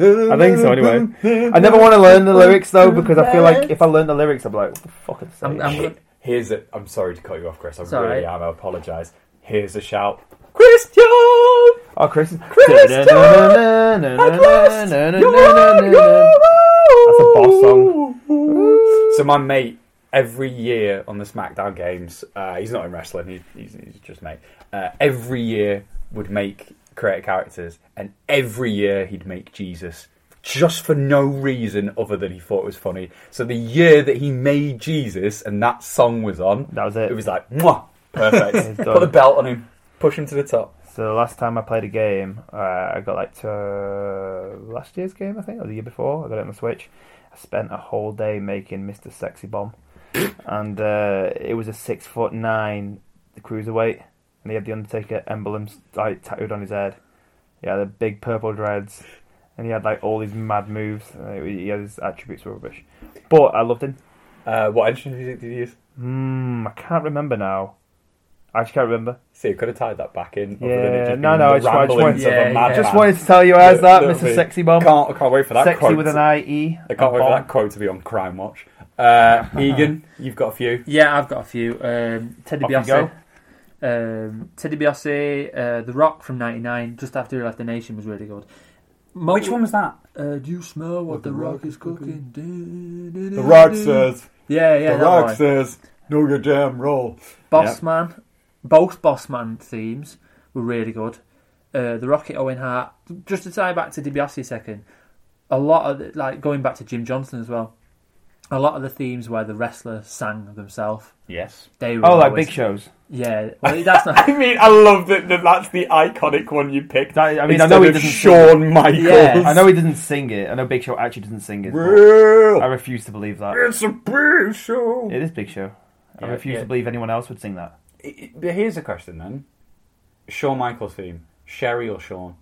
think so, anyway. I never want to learn the lyrics, though, because I feel like if I learn the lyrics, I'm like, what the fuck is I'm, this? I'm gonna, Here's a. I'm sorry to cut you off, Chris. I all really right. am. I apologise. Here's a shout, Christian. Oh, Chris. is- Christian! At last, you're That's a boss song. So my mate, every year on the SmackDown games, uh, he's not in wrestling. He, he's, he's just a mate. Uh, every year would make create characters, and every year he'd make Jesus. Just for no reason other than he thought it was funny. So the year that he made Jesus and that song was on, That was it. It was like, mwah, perfect. It's Put the done. belt on him, push him to the top. So the last time I played a game, uh, I got like to uh, last year's game, I think, or the year before. I got it on the Switch. I spent a whole day making Mr. Sexy Bomb, and uh, it was a six foot nine cruiserweight, and he had the Undertaker emblems like tattooed on his head. He had the big purple dreads, and he had like all these mad moves. and it- He had his attributes were rubbish, but I loved him. Uh, what entrance music did he use? Hmm, I can't remember now. I just can't remember. See, it could have tied that back in. other than it Yeah, just no, being no, the I just, I just ramblings wanted, of a yeah, madman. I just wanted to tell you as that, Little Mr. bit. Sexy Bomb. Can't, I can't wait for that Sexy quote. with an E. Oh, IE. I can't wait for that quote to be on Crime Watch. Uh, Egan, you've got a few. yeah, I've got a few. Um, Teddy Off you Biasi, um, Teddy Biasi, uh, The Rock from '99, just after he left the Nation, was really good. Mo- Which one was that? Uh, do you smell what the, rock, is cooking? The Yeah, yeah. that one. says, no your damn roll. Boss Man, both Boss Man themes were really good. Uh, the Rocket Owen Hart. Just to tie back to DiBiase a second, a lot of the, like going back to Jim Johnson as well. A lot of the themes where the wrestler sang themselves. Yes. They were Oh, like always- big shows. Yeah, well, that's not. I mean, I love that, that that's the iconic one you picked. That- I mean, I instead know he of doesn't Shawn Michaels. Yeah, I know he doesn't sing it. I know Big Show actually doesn't sing it. but I Well, refuse to believe that. it's a big show. It is Big Show. I Yeah, refuse yeah. to believe anyone else would sing that. But here's a question then. Shawn Michaels theme. Sherry or Sean?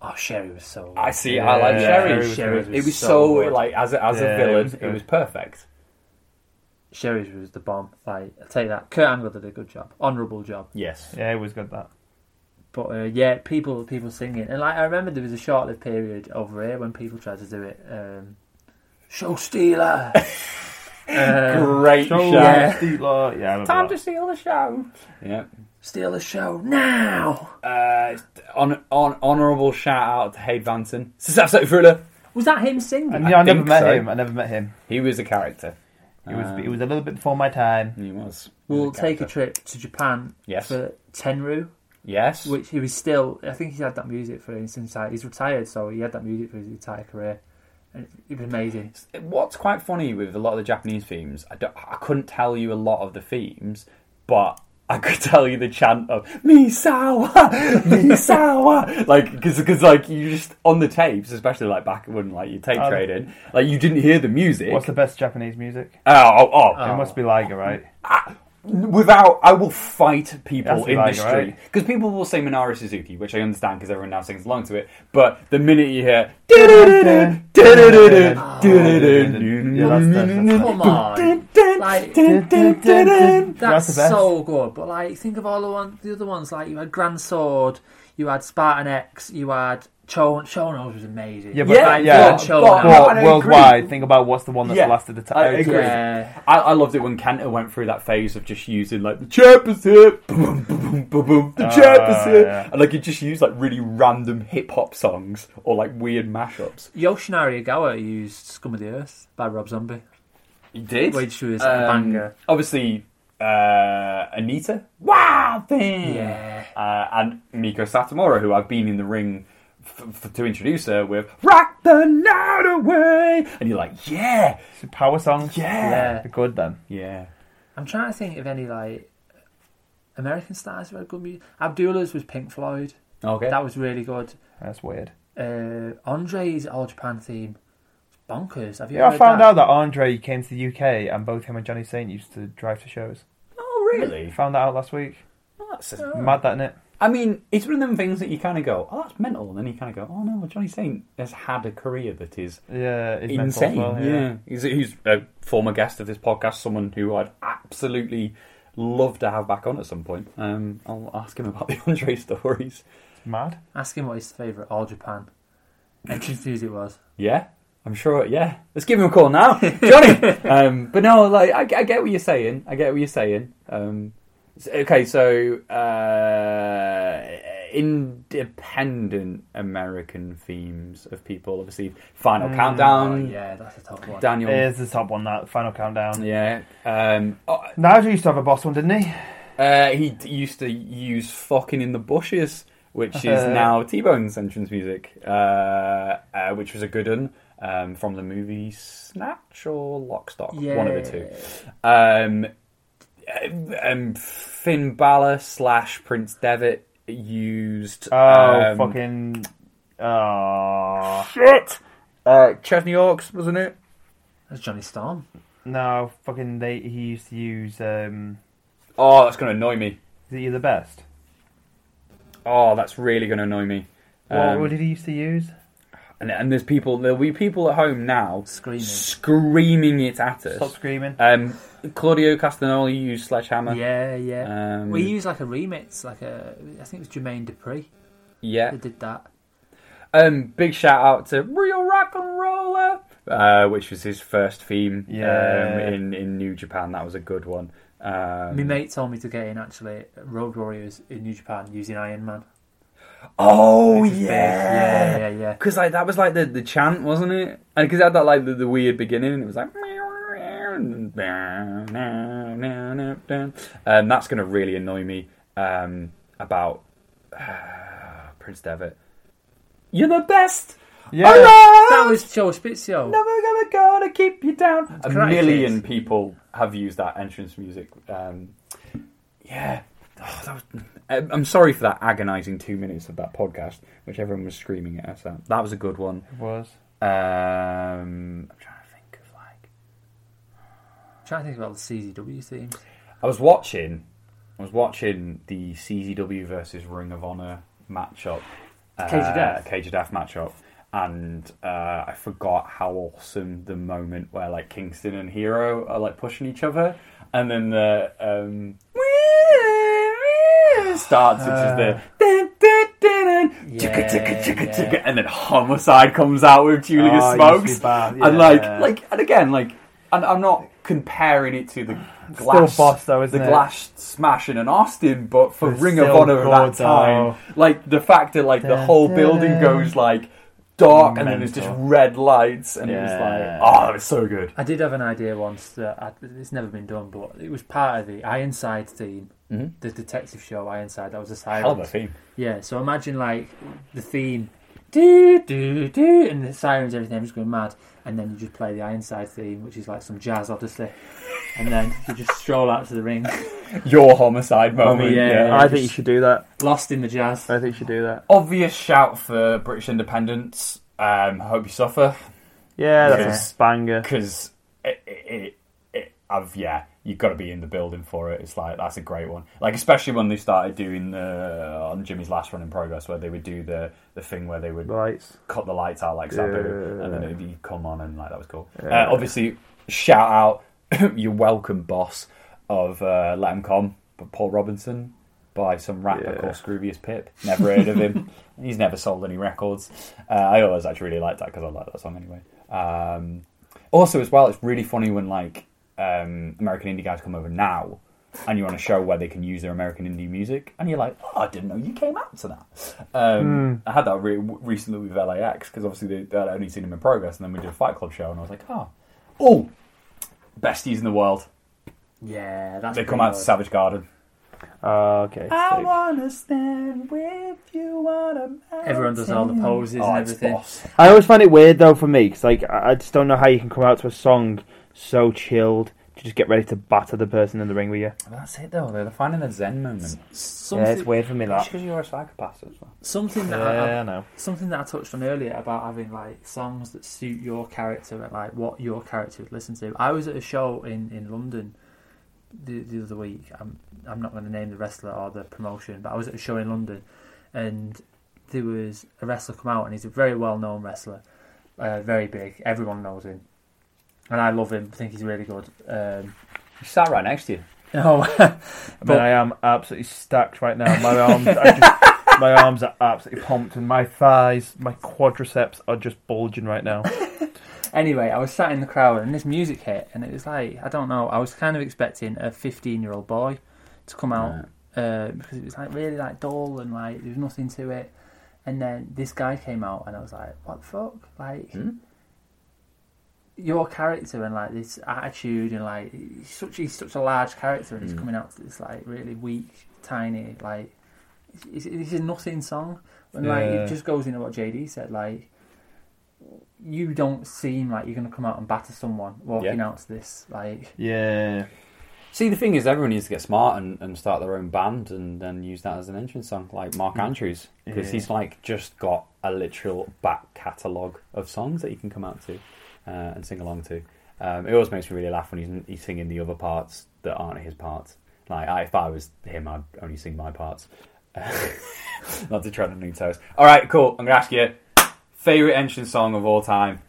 Oh, Sherry was so. I see. I like Yeah, Sherry. Sherry was Sherry good. It was so good. like as a, as a Yeah, villain, it was it good. was perfect. Sherry's was the bomb. Like I tell you that, Kurt Angle did a good job, honourable job. Yes. Yeah, it was good that. But uh, yeah, people people singing, and like I remember there was a short lived period over here when people tried to do it. Um, Show stealer. um, Great show. yeah. Steve Law- yeah, I remember that. steal the show. Yeah. Steal the show now. Uh, on, on honorable shout out to Hayd Vanson. This is absolute thriller. Was that him singing? And, yeah, I, never think met so. him. I never met him. He was a character. It was Um, it was a little bit before my time. He was. We'll He was take a character. trip to Japan Yes. for Tenru. Yes. which he was still. I think he's had that music for his entire. He's retired, so he had that music for his entire career, and it was amazing. What's quite funny with a lot of the Japanese themes, I, don't- I couldn't tell you a lot of the themes, but I could tell you the chant of "Misawa, Misawa," like because like you just on the tapes, especially like back when like you tape Um, traded, like you didn't hear the music. What's the best Japanese music? oh, oh, oh. It must be Liger, right? Without, I will fight people That's in the like, street right? because people will say Minoru Suzuki, which I understand because everyone now sings along to it. But the minute you hear, "Du-du-du-du, du-du-du-du, du-du-du-du," Yeah, that's- that's- that's- Come on, like That's that's the best. so good. But like, think of all the one, the other ones. Like you had Grand Sword, you had Spartan X, you had Chon. Chonos was amazing. Yeah, but yeah, Like, yeah. Chon- but- Chonos. but- I Well, agree. worldwide, think about what's the one that's Yeah, lasted the uh, time. I agree. yeah. I, I loved it when Kanta went through that phase of just using like the chirp is here, boom, boom, boom, boom, boom, the chirp is here, Oh, yeah. and like you just use like really random hip hop songs or like weird mashups. Yoshinari Agawa used "Scum of the Earth" by Rob Zombie, You did, which was a Um, banger. Obviously, uh, Anita, wow thing, Yeah. uh, and Miko Satomura, who I've been in the ring. F- f- to introduce her with "Rock the Night Away," and you're like, "Yeah, Power songs. Yeah. They're good then. yeah." I'm trying to think of any like American stars who had good music. Abdullah's was Pink Floyd. Okay, That was really good. That's weird. Uh, Andre's All Japan theme, bonkers. Have you? Yeah, ever I heard found that? out that Andre came to the UK and both him and Johnny Saint used to drive to shows. oh really? Oh, Found that out last week. That's a Mad that, innit? I mean, it's one of them things that you kind of go, oh, that's mental. And then you kind of go, oh, no, well, Johnny Saint has had a career that is Yeah, it's mental as insane. well, yeah. He's, he's a former guest of this podcast, someone who I'd absolutely love to have back on at some point. Um, I'll ask him about the Andre stories. It's mad. Ask him what his favourite All Japan entrance music was. Yeah, I'm sure. Yeah, let's give him a call now, Johnny. um, but no, like I, I get what you're saying. I get what you're saying. Um, s- okay, so uh, independent American themes of people, obviously, Mm, Final Countdown, yeah, that's a top one. Daniel. Here's the top one, that Final Countdown. yeah, um, oh, Nigel used to have a boss one, didn't he? uh, he d- used to use "fucking in the bushes," which is now T Bone's entrance music, uh, uh, which was a good one um, from the movie Snatch or Lockstock, one of the two. Um, um, Finn Balor slash Prince Devitt used. Oh, um, fucking. Oh. shit! Uh, Chesney Orcs, wasn't it? That's Johnny Storm. No, fucking. They, he used to use. Um, Oh, that's going to annoy me. is it you the best? Oh, that's really going to annoy me. Um, what did he used to use? and, and there's people, there'll be people at home now Screaming. screaming it at us. Stop screaming. Um, Claudio Castagnoli used Sledgehammer. Yeah, yeah. Um, we used like a remix, like a I think it was Jermaine Dupree Yeah. that did that. Um, big shout out to Real Rock and Roller, uh, which was his first theme Yeah. um, in in New Japan. That was a good one. My Um, mate told me to get in actually Road Warriors in New Japan using Iron Man. oh Yeah, yeah, yeah, yeah. because like that was like the, the chant, wasn't it? And because it had that like the, the weird beginning, and it was like. Um, that's going to really annoy me um, about uh, Prince Devitt. You're the best. Yeah. Alright! That was Joe Spizio. Never gonna gonna keep you down. A Crisis. million people have used that entrance music. Um, yeah. Oh, that was, I- I'm sorry for that agonising two minutes of that podcast, which everyone was screaming at us at. That was a good one. It was. Um, I'm trying to think of like. trying to think about the CZW themes. I was watching. I was watching the CZW versus Ring of Honor matchup. uh, Cage of Death? Cage of Death matchup. And uh, I forgot how awesome the moment where like Kingston and Hero are like pushing each other, and then the um, starts, which is Uh. the dun, dun, dun, dun, chicka, chicka, chicka, chicka, and then Homicide comes out with Julia Oh, it used to be Smokes, bad, and like yeah. like and again like and I'm not comparing it to the glass boss though, isn't the it? glass smash in an Austin, but for It's Ring of still Honor at that good, time, like the fact that like the Dun, whole dun, building dun. goes like dark and then there's just Mental. red lights and it was Yeah. like oh that was so good. I did have an idea once that I, it's never been done, but it was part of the Ironside theme the detective show Ironside. That was a Mm-hmm. Hell of siren. a theme. Yeah, so imagine like the theme, do do do, and the sirens, everything, everyone's going mad, and then you just play the Ironside theme, which is like some jazz, obviously, and then you just stroll out to the ring, Your homicide moment. yeah, yeah. yeah. Oh, I think you should do that. lost in the jazz. I think you should do that. Obvious shout for British independence. Um, hope you suffer. Yeah, that's Yes. a banger. because it, it, it, I've yeah, you've got to be in the building for it. It's like that's a great one. Like especially when they started doing the on Jimmy's last run in progress, where they would do the the thing where they would Lights. cut the lights out like Sabu, Yeah. and then it'd be come on and like that was cool. Uh, obviously, shout out your welcome boss of uh, Let 'Em Come, but Paul Robinson. By some rapper Yeah. called Scroobius Pip. Never heard of him. He's never sold any records. Uh, I always actually really liked that because I like that song anyway. Um, also, as well, it's really funny when like um, American indie guys come over now, and you're on a show where they can use their American indie music, and you're like, "Oh, I didn't know you came out to that." Um, Hmm. I had that re- recently with LAX because obviously they, they'd only seen him in progress, and then we did a Fight Club show, and I was like, "Oh, oh, besties in the world." Yeah, that's They come pretty out to good. Savage Garden. Oh, okay. I sick. wanna stand with you on a mountain. Everyone does all the poses Oh, and it's everything. boss. I always find it weird though for me because like I I just don't know how you can come out to a song so chilled to just get ready to batter the person in the ring with you. That's it though. They're finding a zen moment. Something, Yeah, it's weird for me that. because you're a psychopath as well. Something that I, Yeah, I know. something that I touched on earlier about having like songs that suit your character and like what your character would listen to. I was at a show in in London the, the other week. I'm I'm not going to name the wrestler or the promotion, but I was at a show in London, and there was a wrestler come out, and he's a very well known wrestler, uh, very big. Everyone knows him, and I love him. I think he's really good. Um, You sat right next to you. oh, But I am absolutely stacked right now. My arms, are just, my arms are absolutely pumped, and my thighs, my quadriceps are just bulging right now. Anyway, I was sat in the crowd and this music hit, and it was like I don't know. I was kind of expecting a fifteen-year-old boy to come out uh, because it was like really like dull and like there was nothing to it. And then this guy came out, and I was like, "What the fuck?" Like your character and like this attitude and like he's such he's such a large character, and he's coming out to this like really weak, tiny like it's, it's a nothing song. And like Yeah. it just goes into what JD said, like you don't seem like you're going to come out and batter someone walking Yeah. out to this. Like, Yeah, See, the thing is, everyone needs to get smart and, and start their own band and then use that as an entrance song, like Mark Andrews, because Yeah. he's like just got a literal back catalogue of songs that he can come out to uh, and sing along to. Um, it always makes me really laugh when he's, he's singing the other parts that aren't his parts. Like, I, if I was him, I'd only sing my parts. Not to tread on new toes. All right, cool. I'm going to ask you favorite entrance song of all time.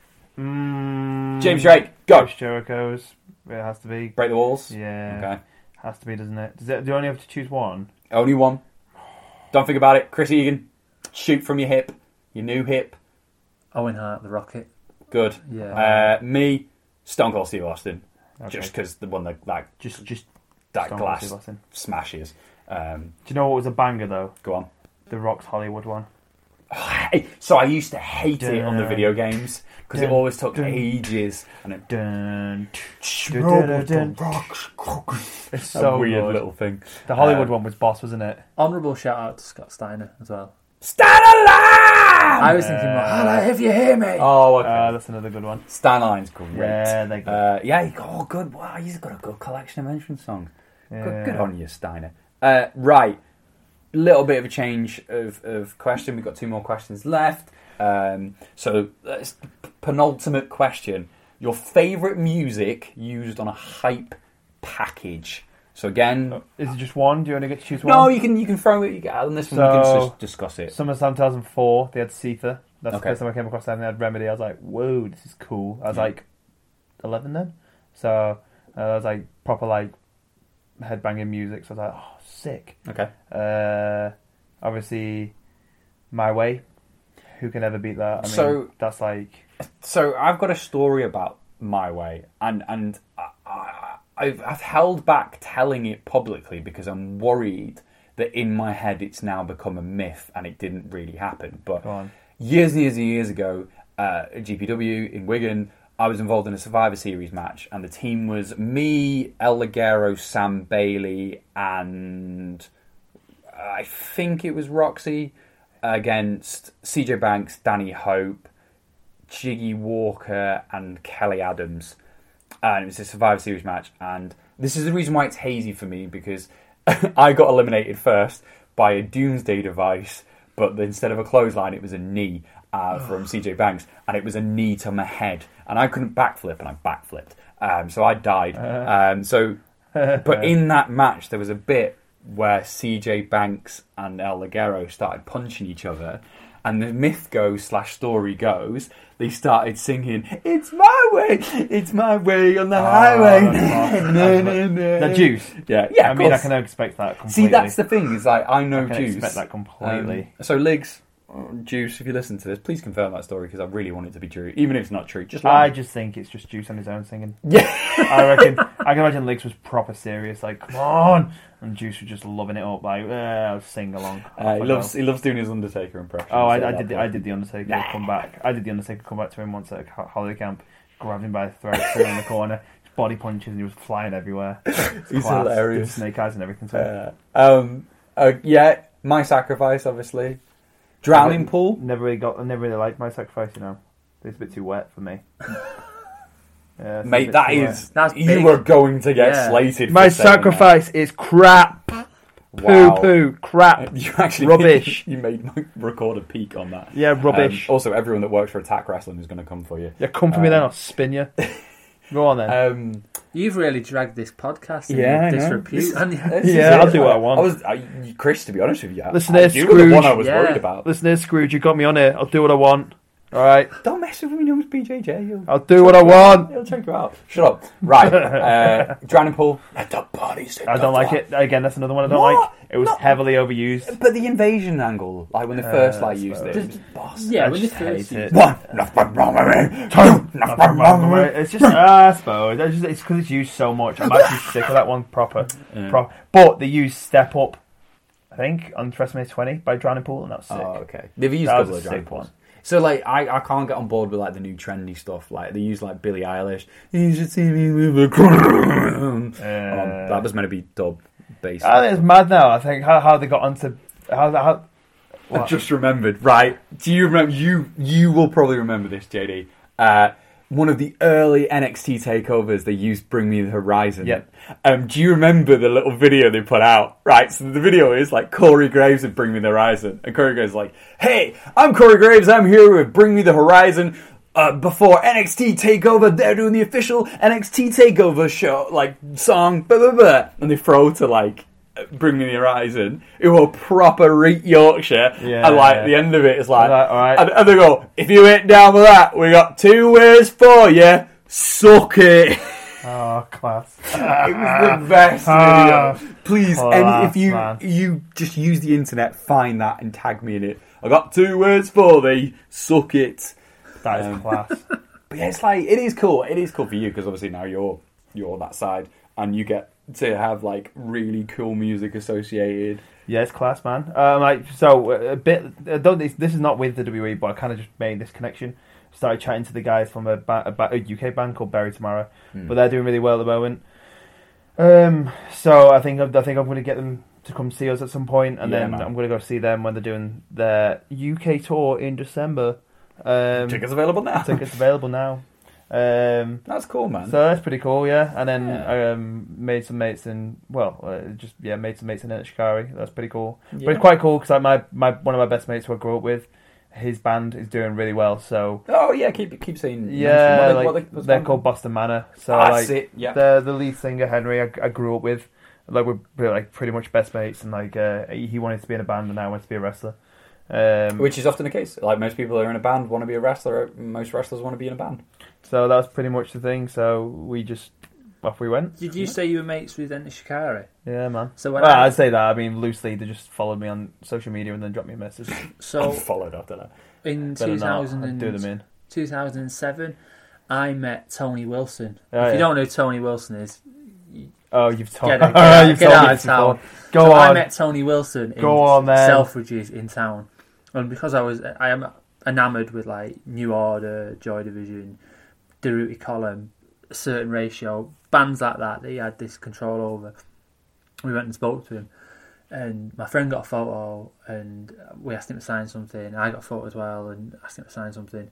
James Drake, go. Josh Jericho's. It has to be. Break the walls. Yeah, Okay. has to be, doesn't it? Does it? Do you only have to choose one? Only one. Don't think about it. Chris Egan, shoot from your hip, your new hip. Owen Hart, The Rocket. Good. Yeah. Uh, me, Stone Cold Steve Austin, just because the one that that, Just, just. that Stone Cold glass Steve Austin. smashes. Um, Do you know what was a banger though? go on. The Rock's Hollywood one. Hey, so I used to hate it on the Dun. video games because it Dun. always took Dun. ages and it. Dun, dun, dun, dun. It's so weird good. little thing. The Hollywood Uh, one was boss, wasn't it? Honourable shout out to Scott Steiner as well. Stand alive. I was thinking, more, "Ah, "Hello, if you hear me. Oh, okay. Uh, that's another good one. Stan Line's great. Yeah, they're good. Uh, yeah, he- oh, good. Wow, he's got a good collection of entrance songs. Good, Yeah. good on you, Steiner. Uh, right, little bit of a change of, of question. We've got two more questions left. Um, so, that's the penultimate question. Your favourite music used on a hype package. So again, Is it just one? Do you only get to choose one? no, you can you can throw it you can- on this one. we can So- just discuss it. Summer 2004, they had Seetha. That's Okay. the first time I came across that. And they had Remedy. I was like, whoa, this is cool. I was like, 11 then? So uh, I was like, proper like headbanging music. So I was like, oh, sick. Okay, Uh, obviously, My Way. Who can ever beat that? I mean, So- that's like, so I've got a story about my way, and and I, I, I've I've held back telling it publicly because I'm worried that in my head it's now become a myth and it didn't really happen. But on. years and years and years ago, uh, at GPW in Wigan, I was involved in a Survivor Series match, and the team was me, El Ligero, Sam Bailey, and I think it was Roxy against CJ Banks, Danny Hope, Jiggy Walker, and Kelly Adams. And it was a Survivor Series match. And this is the reason why it's hazy for me because I got eliminated first by a doomsday device, but instead of a clothesline, it was a knee uh, from CJ Banks, and it was a knee to my head. And I couldn't backflip, and I backflipped. Um, so I died. Um, so, but in that match, there was a bit where CJ Banks and El Ligero started punching each other. And the myth goes slash story goes, they started singing, "It's my way, it's my way on the Ah, highway." no, no, no. The Juice. Yeah, yeah. I of mean, I course. can expect that completely. See, that's the thing is like I know I can Juice. expect that completely. Um, so, Ligs, uh, Juice, if you listen to this, please confirm that story because I really want it to be true, even if it's not true. Just I like just think it's just Juice on his own singing. yeah, I reckon. I can imagine Liggs was proper serious, like come on, and Juice was just loving it up, like eh, I'll sing along. Uh, he Off I loves go. he loves doing his Undertaker impression. Oh, so I, I that did. The, part. I did the Undertaker comeback. I did the Undertaker comeback to him once at a ho- holiday camp, grabbed him by the throat, threw him in the corner, just body punches, and he was flying everywhere. It's He's class. Did hilarious. Snake eyes and everything. To him. Uh, um, uh, yeah, my sacrifice, obviously. Drowning Never- pool. Never really got. I never really liked my sacrifice. You know, it's a bit too wet for me. Yeah, it's a Mate, bit that too wet. is That's you big. were going to get Yeah. slated. my for saying that. sacrifice is crap. Wow. Poo poo crap. You actually Rubbish. you made my record a peak on that. Yeah, rubbish. Um, also, everyone that works for Attack Wrestling is going to come for you. Yeah, come for me Um, then. I'll spin you. Go on then. Um, You've really dragged this podcast into Yeah, I know. disrepute. haven't you? this is Yeah, it. I'll do what I want. I was, I, Chris, to be honest with you, I- Listen I, here, you were the one I Scrooge. was Yeah. worried about. Listen here, Scrooge. You got me on it. I'll do what I want. All right. Don't mess with me, no, it's BJJ. You'll, I'll do what I want. he'll choke you out. Shut up. Right. Uh, drowning pool. Let the bodies take I the don't like floor. it. Again, that's another one I don't What? like. It was Not- heavily overused. But the invasion angle, like when they first like used it, it was boss. Yeah, I when just you first- hate it. One. Nothing wrong with me. Two. Nothing wrong with me. It's just, uh, I suppose, it's because it's, 'cause it's used so much. I'm actually sick of that one proper. proper. But they used Step Up, I think, on WrestleMania 20 by Drowning Pool, and that was sick. Oh, okay. They've used That a was couple a of drowning sick pools. one. So like I, I can't get on board with like the new trendy stuff. Like they use like Billie Eilish. You should see me with a crown. Um, that was meant to be dub based. I think it's mad now. I think how, how they got onto. How, how, I just remembered, right? Do you remember? You you will probably remember this, JD. Uh, one of the early NXT takeovers, they used "Bring Me the Horizon." Yep. Um, do you remember the little video they put out? Right. So the video is like Corey Graves and "Bring Me the Horizon," and Corey Graves is like, "Hey, I'm Corey Graves. I'm here with Bring Me the Horizon." Uh, before NXT Takeover, they're doing the official NXT Takeover show, like song, blah blah blah, and they throw to like "Bring Me the Horizon," who are proper re- Yorkshire, Yeah. and like the end of it is like, Like, all right. and, and they go, if you ain't down with that, we got two ways for you. Suck it. oh, class. it was the best Ah. video. Please, Oh, and if you man. you just use the internet, find that and tag me in it. I got two words for thee. Suck it. Um, That is class. But yeah, it's like it is cool. It is cool for you because obviously now you're you're on that side and you get to have like really cool music associated. Yeah, it's class, man. Um, like so, uh, a bit. I don't this, this is not with the WWE, but I kind of just made this connection. Started chatting to the guys from a, ba- a, ba- a UK band called Barry Tomorrow, Hmm. but they're doing really well at the moment. Um, so I think I think I'm going to get them to come see us at some point, and Yeah, then man. I'm going to go see them when they're doing their UK tour in December. Um, Tickets available now. tickets available now. Um, That's cool, man. so that's pretty cool, yeah. And then Yeah. I um, made some mates in well, uh, just yeah, made some mates in Shikari. That's pretty cool. But Yeah. it's quite cool because like my, my one of my best mates who I grew up with, his band is doing really well. So oh yeah, keep keep saying yeah, mention. What like, they- what they- what's they're one? called Boston Manor. So Ah, That's like it, yeah. the the lead singer Henry, I, I grew up with. Like we're pretty- like pretty much best mates, and like uh, he wanted to be in a band, and I wanted to be a wrestler. Um, Which is often the case. Like most people are in a band, want to be a wrestler. Most wrestlers want to be in a band. so that was pretty much the thing. So we just off we went. Did you say you were mates with Enter Shikari? Yeah, man. So when Well, I- I'd say that. I mean, loosely, they just followed me on social media and then dropped me a message. I'm So followed after that. in Better not. 2000 I'd and- do them in. 2007, I met Tony Wilson. Oh, if you yeah. don't know who Tony Wilson is, Oh, you've told. Get out- All right, get you've out- get told me out of before. Go So I on. met Tony Wilson in Go on, then. Selfridges in town, and because I was I am enamoured with like New Order, Joy Division, Deruti column, a certain ratio, bands like that that he had this control over. We went and spoke to him, and my friend got a photo, and we asked him to sign something. I got a photo as well, and asked him to sign something,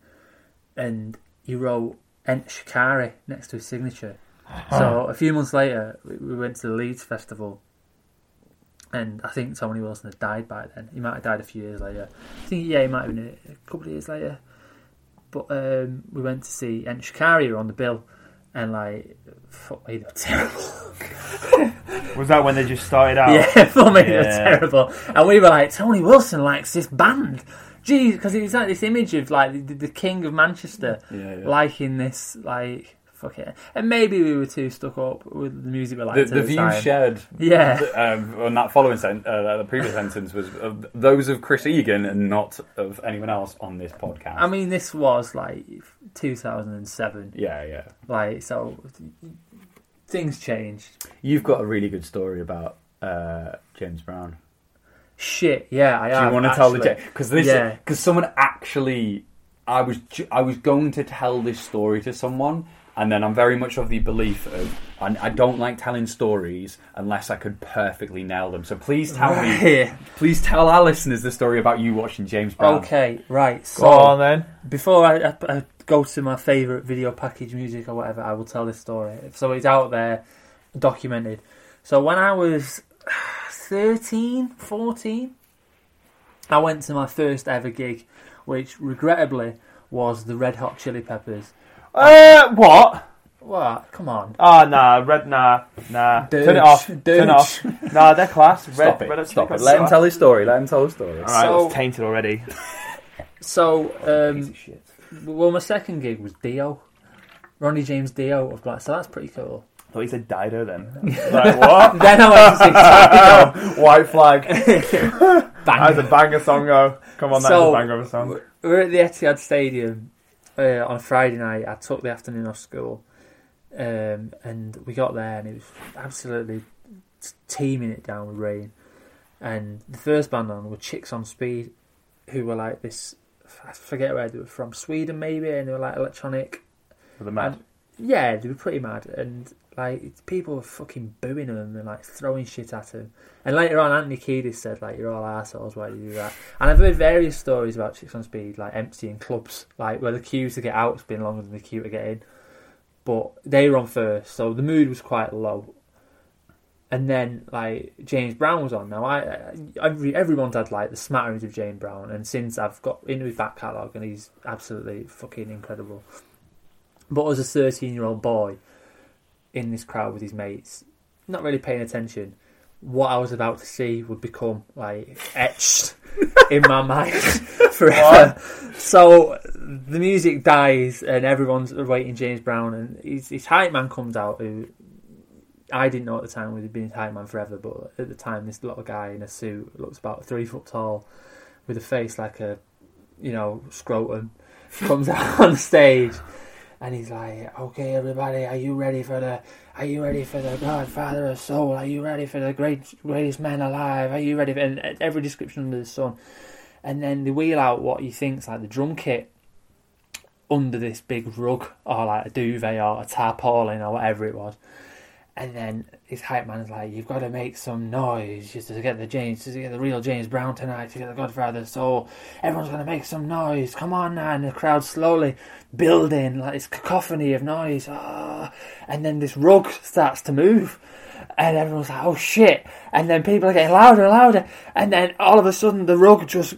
and he wrote "Ent Shikari" next to his signature. So a few months later, we- we went to the Leeds Festival, and I think Tony Wilson had died by then. He might have died a few years later. I think yeah, he might have been a, a couple of years later. But um, we went to see and Shikari were on the bill, and like fuck me, they were terrible. Was that when they just started out? yeah, fuck me, they were yeah. terrible. And we were like, Tony Wilson likes this band. Jeez, because it was like this image of like the, the king of Manchester liking this like. Fuck it. And maybe we were too stuck up with the music we liked. The, at the view time. shared Yeah. um, on that following sentence, uh, the previous sentence was of those of Chris Egan and not of anyone else on this podcast. I mean, this was like 2007. yeah, yeah. Like, so things changed. You've got a really good story about uh, James Brown. Shit, yeah, I Do you have, want to tell the Ah, actually. because this Yeah. because someone actually I was ju- I was going to tell this story to someone and then I'm very much of the belief of and I don't like telling stories unless I could perfectly nail them. So please tell me, Right. please tell our listeners the story about you watching James Brown. Okay, right. So Go on then. before I, I, I go to my favourite video package music or whatever, I will tell this story. So it's out there, documented. So when I was 13, 14, I went to my first ever gig, which regrettably was the Red Hot Chili Peppers. Uh, what? What? Come on. Ah, nah, red, nah, nah. Dude, Turn it off. Turn dude. it off. Nah, they're class. Red, Stop it! Red, stop it! Let him tell his story. Let him tell his story. All right, So- it's tainted already. So um, shit. Well, my second gig was Dio, Ronnie James Dio of Black. So that's pretty cool. At least a Dido then. like what? Then I went to see Psycho. White flag. That was Bang. a banger song though. Come on, that's So- a banger of a song. We were at the Etihad Stadium uh, on Friday night. I took the afternoon off school, um, and we got there, and it was absolutely t- teeming it down with rain. And the first band on were Chicks on Speed, who were like this. I forget where they were from, Sweden maybe, and they were like electronic For the man. And- yeah, they were pretty mad, and like it's- people were fucking booing them and like throwing shit at him. And later on, Anthony Kiedis said like, "You're all assholes. Why do you do that?" And I've heard various stories about chicks on speed, like emptying clubs, like where the queues to get out has been longer than the queue to get in. But they were on first, so the mood was quite low. And then like James Brown was on. Now I, I everyone's had like the smatterings of James Brown, and since I've got into his back catalogue, and he's absolutely fucking incredible. But as a 13 year old boy in this crowd with his mates, not really paying attention, what I was about to see would become like etched in my mind forever. So the music dies and everyone's awaiting James Brown and his, his hype man comes out who I didn't know at the time would have been his hype man forever, but at the time this little guy in a suit looks about three foot tall with a face like a you know scrotum comes out on stage and he's like, "Okay, everybody, are you ready for the? Are you ready for the Godfather of Soul? Are you ready for the great greatest man alive? Are you ready?" For, and every description under the sun, and then they wheel out what you think's like the drum kit under this big rug or like a duvet or a tarpaulin or whatever it was. And then his hype man is like, "You've got to make some noise just to get the James, to get the real James Brown tonight, to get the Godfather of Soul. Everyone's going to make some noise. Come on now!" And the crowd slowly building like this cacophony of noise. Ah. And then this rug starts to move, and everyone's like, "Oh shit!" And then people are getting louder and louder, and then all of a sudden the rug just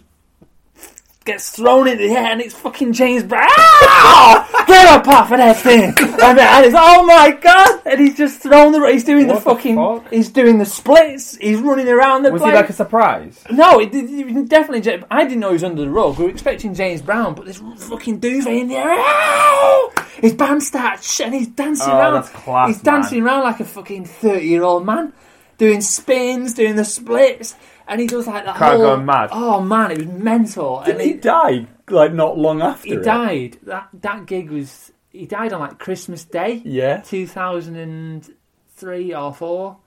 gets thrown into the air and it's fucking James Brown. Ah! Get up off of that thing! And, then- and it's oh my god! And he's just thrown the he's doing the What the fucking fuck? he's doing the splits. He's running around the Was he place. like a surprise? No, it, it, it was definitely. Ja- I didn't know he was under the rug. We were expecting James Brown, but this fucking duvet in the air. Ow! His band starts sh- and he's dancing Oh, around. that's class, he's dancing around like a fucking thirty-year-old man, doing spins, doing the splits, and he does like that. Crowd whole- going mad. Oh man, it was mental. Did and he it- die like not long after? he it? died. That that gig was. He died on like Christmas Day. Yeah. 2003 or 4.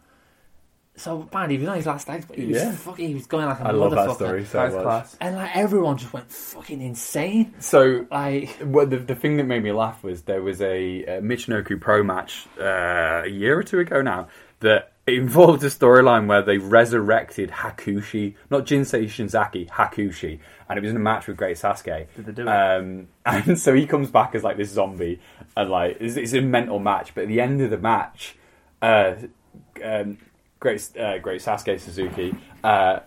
so bad. He was on his last legs, but he was Yeah. fucking. He was going like a I motherfucker. love that story so That's much. class. And like everyone just went fucking insane. So Like Well, the, the thing that made me laugh was there was a, uh Michinoku Pro match uh, a year or two ago now that involved a storyline where they resurrected Hakushi, not Jinsei Shinzaki, Hakushi, and it was in a match with Great Sasuke. Did they do it? Um, and so he comes back as like this zombie, and like it's, it's a mental match. But at the end of the match, uh, um, Great uh, Great Sasuke Suzuki uh,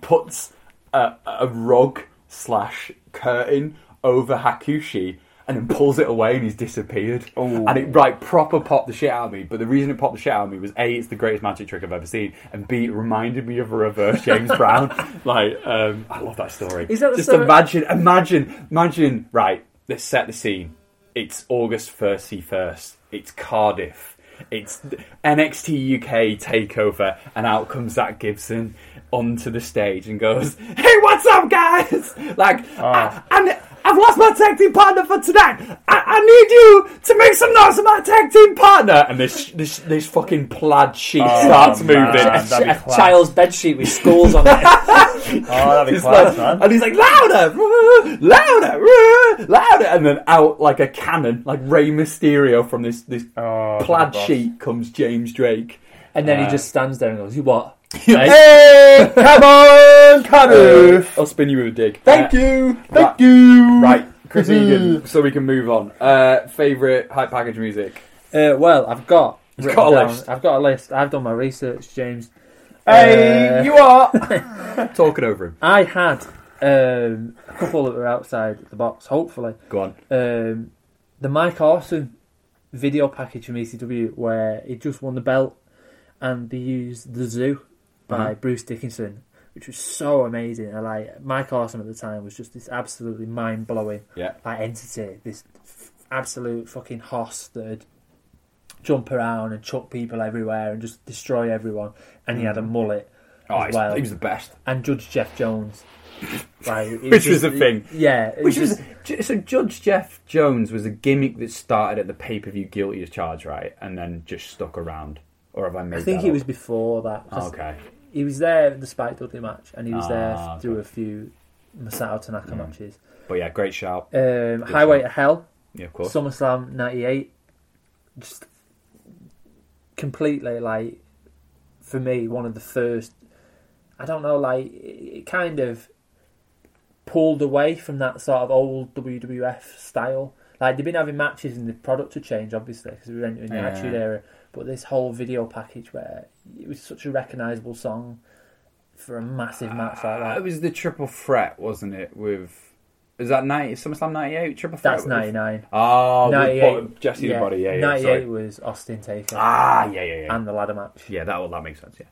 puts a, a rug slash curtain over Hakushi and then pulls it away and he's disappeared. And it like proper popped the shit out of me. But the reason it popped the shit out of me was A, it's the greatest magic trick I've ever seen, and B, it reminded me of a reverse James Brown. Like, um, I love that story. Is that the Just story- imagine, imagine, imagine, right, let's set the scene. It's August 31st, it's Cardiff. It's NXT UK takeover, and out comes Zach Gibson onto the stage and goes, "Hey, what's up, guys? like, Ah. I, I, ne- I've lost my tag team partner for tonight. I, I need you to make some noise for my tag team partner." And this this, this fucking plaid sheet starts Oh, man, moving. that'd be a class. child's bedsheet with skulls on it. Oh, that'd be It's like- class, man. And he's like, louder, rah, louder, rah, louder. And then out like a cannon, like Rey Mysterio from this, this Oh, plaid boss. sheet comes James Drake. and then he just stands there and goes, "You what?" Hey, come on, Cardiff. Uh, I'll spin you with a dig. Thank Uh, you, thank right. you. Mm-hmm. Right, Chris Egan, so we can move on. Uh, Favourite hype package music? Uh, well, I've got. written got a down- list. I've got a list. I've done my research, James. Hey, Uh, you are. Talking over Uh, him. I had um, a couple that were outside the box. Hopefully, Go on. um, the Mike Orson video package from ECW where he just won the belt and they used The Zoo by Mm-hmm. Bruce Dickinson, which was so amazing. I like Mike Orson at the time was just this absolutely mind blowing Yeah. like entity, this f- absolute fucking hoss that would jump around and chuck people everywhere and just destroy everyone. And he had a mullet Oh, as he's- well he was the best. and Judge Jeff Jones. Like, it Which was the thing. Yeah. it Which just- was so Judge Jeff Jones was a gimmick that started at the pay per view guilty as charged, right, and then just stuck around. Or have I made? I think that he up? Oh, was before that. 'cause okay. He was there at the Spike Dudley match, and he was there Ah, Hmm. through a few Masato Tanaka matches. But yeah, great shout. Um, Highway to Hell, yeah, of course. SummerSlam '98, just completely like for me one of the first. I don't know, like it it kind of pulled away from that sort of old WWF style. Like they've been having matches and the product to change, obviously, because we were entering the Yeah. Attitude Era. But this whole video package where it was such a recognisable song for a massive match like Uh, that. It was the triple threat, wasn't it? With is that ninety SummerSlam ninety eight triple threat? That's with- '99. Oh, with 98. Bo- Jesse the body. Yeah, yeah. 98 sorry. was Austin Taker Ah, yeah, yeah, yeah. and the ladder match, yeah, that will that makes sense. Yeah.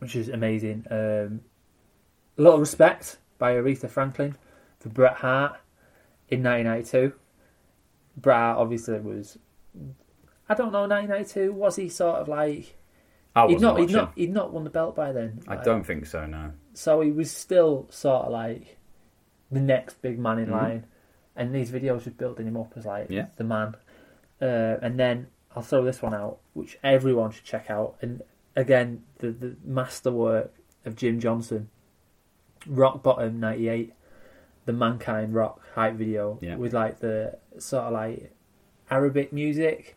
which is amazing. Um, a lot of respect by Aretha Franklin for Bret Hart in 1992. Bret Hart obviously was, I don't know, 1992 was he sort of like I he'd wasn't not he'd watching. not he'd not won the belt by then. I Like, don't think so. No. So he was still sort of like the next big man in line, and these videos just building him up as like Mm-hmm. Yeah. the man. Uh, and then I'll throw this one out, which everyone should check out. And again, the the masterwork of Jim Johnson, Rock Bottom '98, the Mankind Rock hype video Yeah. with like the sort of like Arabic music,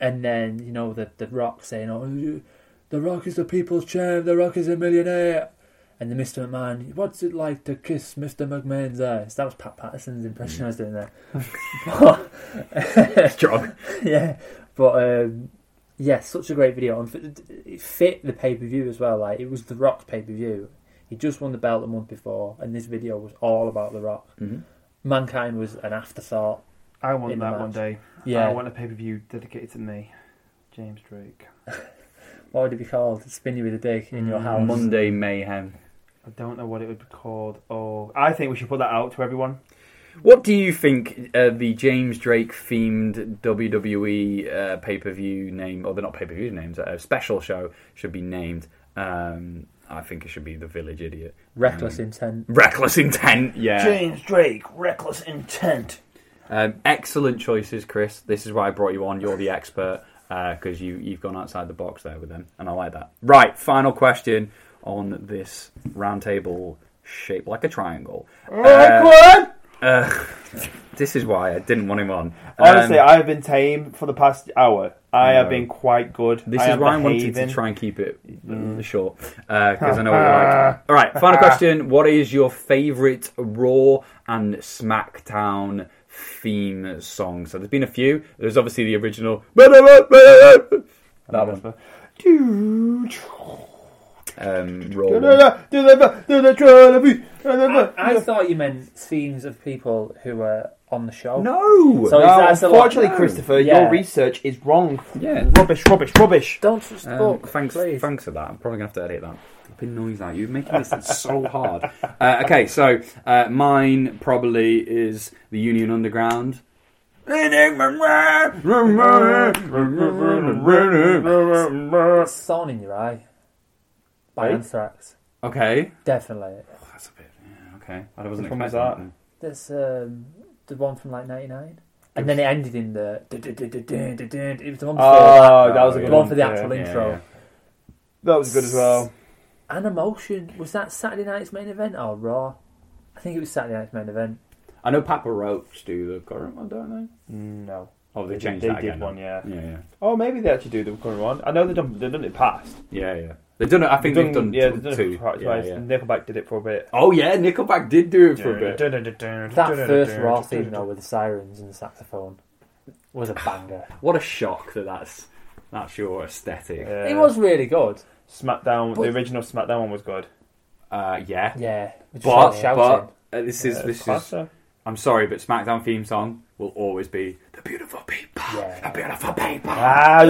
and then you know the the Rock saying, "Oh, you- the Rock is the people's champ. The Rock is a millionaire." And the Mr. McMahon, what's it like to kiss Mr. McMahon's ass? That was Pat Patterson's impression I was doing there. But- John. yeah, but um, yeah, such a great video, and f- it fit the pay per view as well. Like it was the Rock's pay per view. He just won the belt the month before, and this video was all about the Rock. Mm-hmm. Mankind was an afterthought. I want In the that one match. day. Yeah. Oh, I want a pay per view dedicated to me, James Drake. What would it be called? Spin you with a dick in your house. Monday Mayhem. I don't know what it would be called. Oh, I think we should put that out to everyone. What do you think uh, the James Drake themed WWE uh, pay per view name, or they're not pay per view names, a special show should be named? Um, I think it should be The Village Idiot. Um, Reckless intent. Reckless Intent, yeah. James Drake, reckless intent. Um, excellent choices, Chris. This is why I brought you on. You're the expert. because you you've gone outside the box there with them, and I like that. Right, final question on this round table shaped like a triangle. Uh, uh, this is why I didn't want him on. Um, Honestly, I have been tame for the past hour. I No. have been quite good. This I is am why I wanted behaving. Mm. to try and keep it uh, short because I know what you Ah. like. All right, final question: What is your favourite Raw and SmackDown theme song? So there's been a few. There's obviously the original. That one. Do- Um, do Raw. one. the- do the- do the trophy, do the- I thought you meant themes of people who were on the show. No. So- No, that's a lot- unfortunately, Christopher, Yeah. your research is wrong. Yeah. Rubbish, rubbish, rubbish. Don't trust the Um, book. thanks, please. thanks for that. I'm probably gonna have to edit that. Flipping noise out. You're making this so hard. Uh, okay, so uh, mine probably is the Union Underground. It's thorn in your eye. By Hey? Anthrax. Okay. Definitely. That's a bit. Yeah, okay. I wasn't Which one expecting was that. That's um, the one from like 99. And then it ended in the. It was the one before Oh, that was a that. good The one one. for the Yeah, actual yeah, intro. yeah. That was good as well. And Emotion. Was that Saturday night's main event or Raw? I think it was Saturday night's main event. I know Papa Roach do the current one, don't No. they? Oh, they, They did- changed they that did again. one, now. yeah. Yeah, yeah, Oh, maybe they actually do the current one. I know they've done, they've done it past. yeah, yeah. They've done it. I think they've done, yeah, t- they've done it two. twice. Yeah, yeah. Nickelback did it for a bit. Oh yeah, Nickelback did do it for a bit. That first Raw theme though with the sirens and the saxophone was a banger. What a shock that that's that's your aesthetic. Yeah. It was really good. SmackDown. the But- original SmackDown one was good. Uh, yeah. Yeah. We just But, started shouting. but uh, this is Yeah, this class, is. though. I'm sorry, but SmackDown theme song will always be the beautiful people, Yeah. the beautiful people. Ah,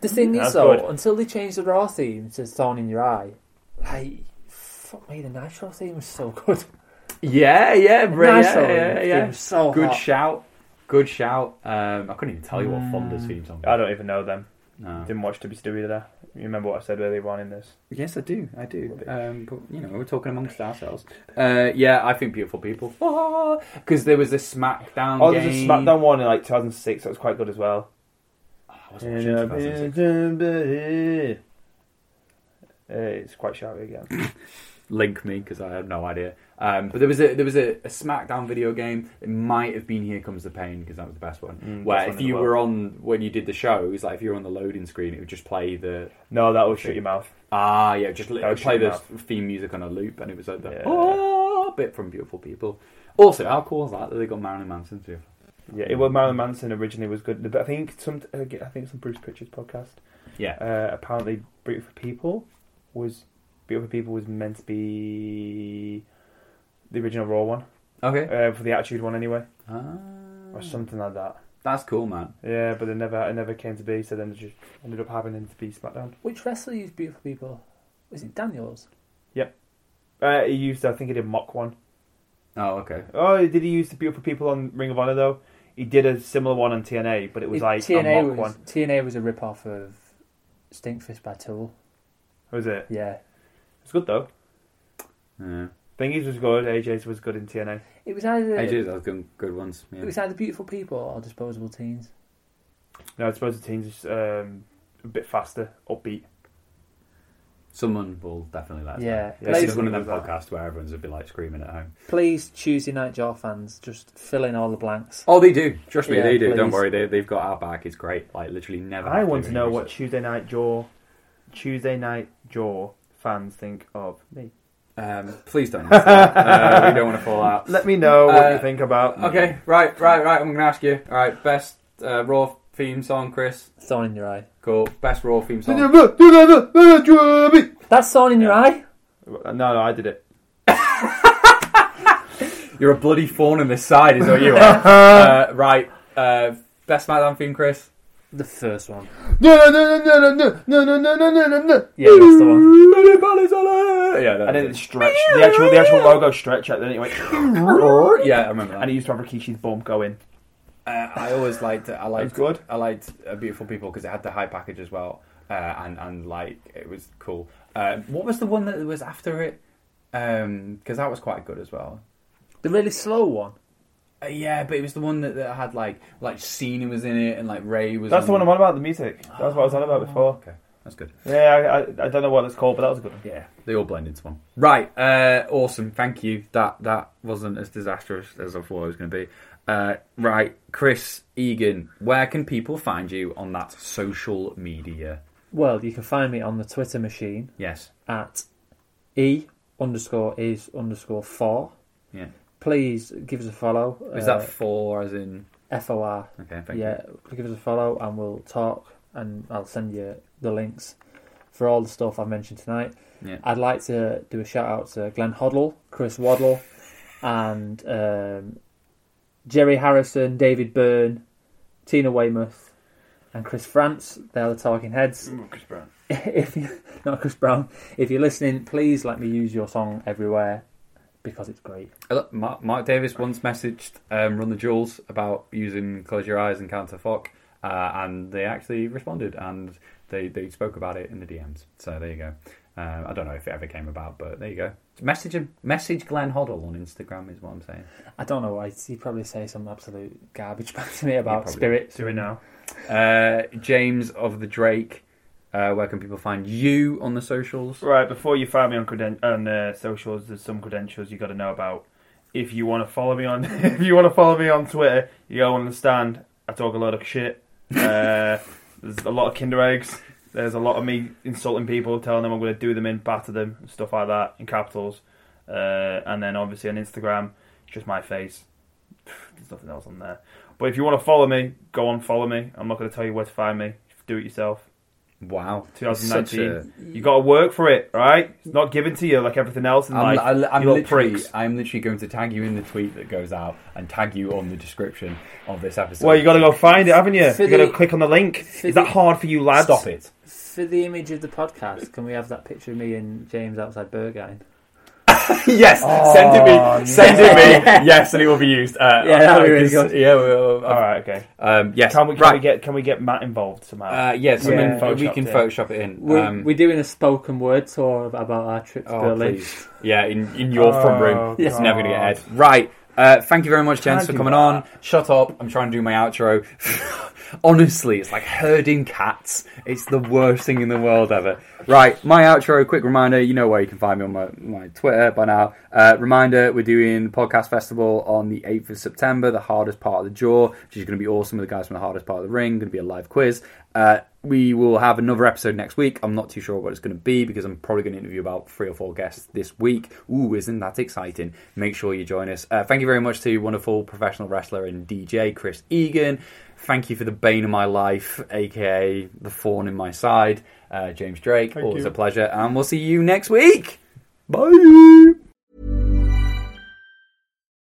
The thing is, That's though, good. until they changed the Raw theme to Thorn in Your Eye, like, fuck me, the Nitro theme was so good. Yeah, yeah, bro. Nitro Yeah, yeah, theme yeah. was so Good hot. shout. Good shout. Um, I couldn't even tell you what Fonda's theme song. I don't even know them. No. Didn't watch Debbie Stewie either. You remember what I said earlier on in this? Yes, I do. I do. Um, but you know, we're talking amongst ourselves. Uh, yeah, I think beautiful people. Because there was a SmackDown. Oh, game. there's a SmackDown one in like 2006 that was quite good as well. I was watching 2006. Eh, It's quite shouty again. Link me because I had no idea. Um, but there was a there was a, a SmackDown video game. It might have been Here Comes the Pain because that was the best one. where Mm, best if one in you the were on when you did the shows, like if you were on the loading screen, it would just play the No, that will shut your mouth. Ah, yeah, just li- Oh, play shit, the theme music on a loop, and it was like the Yeah. "Ah," bit from Beautiful People. Also, how cool is that that they got Marilyn Manson too? Yeah, it was Marilyn Manson originally was good, but I think some I think some Bruce Pritchard's podcast. Yeah. Uh, apparently, Beautiful People was Beautiful People was meant to be the original Raw one Okay, uh, for the Attitude one anyway, ah, or something like that. that's cool, man. Yeah, but it never it never came to be. So then it just ended up happening to be SmackDown. Which wrestler used Beautiful People? Was it Daniels? Uh, he used I think he did mock one. Oh, okay. Oh, did he use the Beautiful People on Ring of Honor though? He did a similar one on TNA, but it was If like a TNA was, mock one. TNA was a rip-off of Stinkfist by Tool. Was it? Yeah. It's good though. Yeah. Thingies was good. AJ's was good in TNA. It was either AJ's are good, good ones. it was Yeah. either Beautiful People or Disposable Teens. No, I suppose the team's just um, a bit faster, upbeat. Someone will definitely let. us know. Yeah. Yeah. This Please, is one of them Basically, podcasts where everyone's would be like screaming at home. please, Tuesday Night Jaw fans, just fill in all the blanks. Oh, they do. Trust me, Yeah, they do. Don't please. worry, they, they've got our back. It's great. Like literally never. I have want to do know any what research. Tuesday Night Jaw, Tuesday Night Jaw fans think of me. Um, please don't. answer that. uh, we don't want to fall out. Let me know what Uh, you think about. me. Okay, right, right, right. I'm going to ask you. All right, best uh, Raw theme song, Chris. Thorn in your eye. Cool. Best Raw theme song. No, That's thorn in your eye. no, I did it. You're a bloody fawn on this side, is what you are. uh, right. Uh, best SmackDown theme, Chris. The first one. No, no, no, no, no, no, no, no, no, no, no, no. Yeah, that's the one. Yeah, that And then it was it. stretched. The actual, the actual logo stretched out. Then it went, yeah, I remember that. and he used to have Rikishi's bump going. Uh, I always liked I liked That's good. I liked uh, Beautiful People because it had the high package as well, uh, and and like it was cool. Uh, what was the one that was Um, after it? Because that was quite good as well. The really slow one. Uh, yeah, but it was the one that, that had like like Cena was in it and like Ray was. That's the one I'm on about, the music. That's what I was on about before. Okay, that's good. Yeah, I, I, I don't know what it's called, but that was a good one. Yeah, they all blend into one. Right, uh, awesome. Thank you. That that wasn't as disastrous as I thought it was going to be. Uh, right, Chris Egan, where can people find you on that social media? Well, you can find me on the Twitter machine Yes, at e underscore is underscore four. yeah. Please give us a follow. Is uh, that four as in? F O R? Okay, thank you. Yeah, give us a follow and we'll talk, and I'll send you the links for all the stuff I mentioned tonight. Yeah. I'd like to do a shout out to Glenn Hoddle, Chris Waddle, and um, Jerry Harrison, David Byrne, Tina Weymouth, and Chris France. They're the talking heads. Chris Brown. if you, not Chris Brown, if you're listening, please let me use your song everywhere because it's great. Uh, Look, Mark, Mark Davis once messaged um, Run the Jewels about using Close Your Eyes and Counter Fuck, uh, and they actually responded and they, they spoke about it in the DMs. So there you go. Um, I don't know if it ever came about, but there you go. Message him, message Glenn Hoddle on Instagram is what I'm saying. I don't know. I he probably say some absolute garbage back to me about probably- spirits. Do it now. Uh, James of the Drake, uh, where can people find you on the socials? Right, before you find me on creden- on uh, socials, there's some credentials you got to know about. If you want to follow me on, if you want to follow me on Twitter, you gotta understand I talk a lot of shit. Uh, there's a lot of Kinder eggs. There's a lot of me insulting people, telling them I'm going to do them in, batter them, and stuff like that in capitals. Uh, and then obviously on Instagram, it's just my face. There's nothing else on there. But if you want to follow me, go on, follow me. I'm not going to tell you where to find me. Do it yourself. Wow, 2019. You got to work for it, right? It's not given to you like everything else in I'm, life. I'm, I'm you little literally, pricks. I'm literally going to tag you in the tweet that goes out and tag you on the description of this episode. Well, you got to go find it, haven't you? For You got to the- click on the link. for Is that the- hard for you, lads? stop it. For the image of the podcast, can we have that picture of me and James outside Bergheim? Yes, send it me. Send it me. Yes, and it will be used. Uh, Yeah, that'd be really uh, 'cause- good. Yeah, we'll, All right, okay. um, yes. Can we, can right. we get can we get Matt involved somehow? uh, yeah, so Yeah. then we can Photoshopped it. Photoshop it in. We're, Um, we're doing a spoken word tour of- about our trip to oh, Berlin. please. Yeah, in, in your front room. Oh, It's never going to get God. aired. Right. Uh, thank you very much, gents, Can't for do coming that. on. Shut up. I'm trying to do my outro. Honestly, it's like herding cats. It's the worst thing in the world ever. Right, my outro. Quick reminder. You know where you can find me on my, my Twitter by now. Uh, reminder: We're doing the podcast festival on the 8th of September. The hardest part of the jaw, which is going to be awesome with the guys from the hardest part of the ring. Going to be a live quiz. Uh, we will have another episode next week. I'm not too sure what it's going to be because I'm probably going to interview about three or four guests this week. Ooh, isn't that exciting? Make sure you join us. Uh, thank you very much to wonderful professional wrestler and DJ Chris Egan. Thank you for the bane of my life, aka the thorn in my side, uh, James Drake. Always a pleasure, and we'll see you next week. Bye.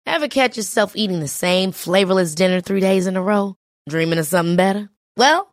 Ever catch yourself eating the same flavorless dinner three days in a row? Dreaming of something better? Well,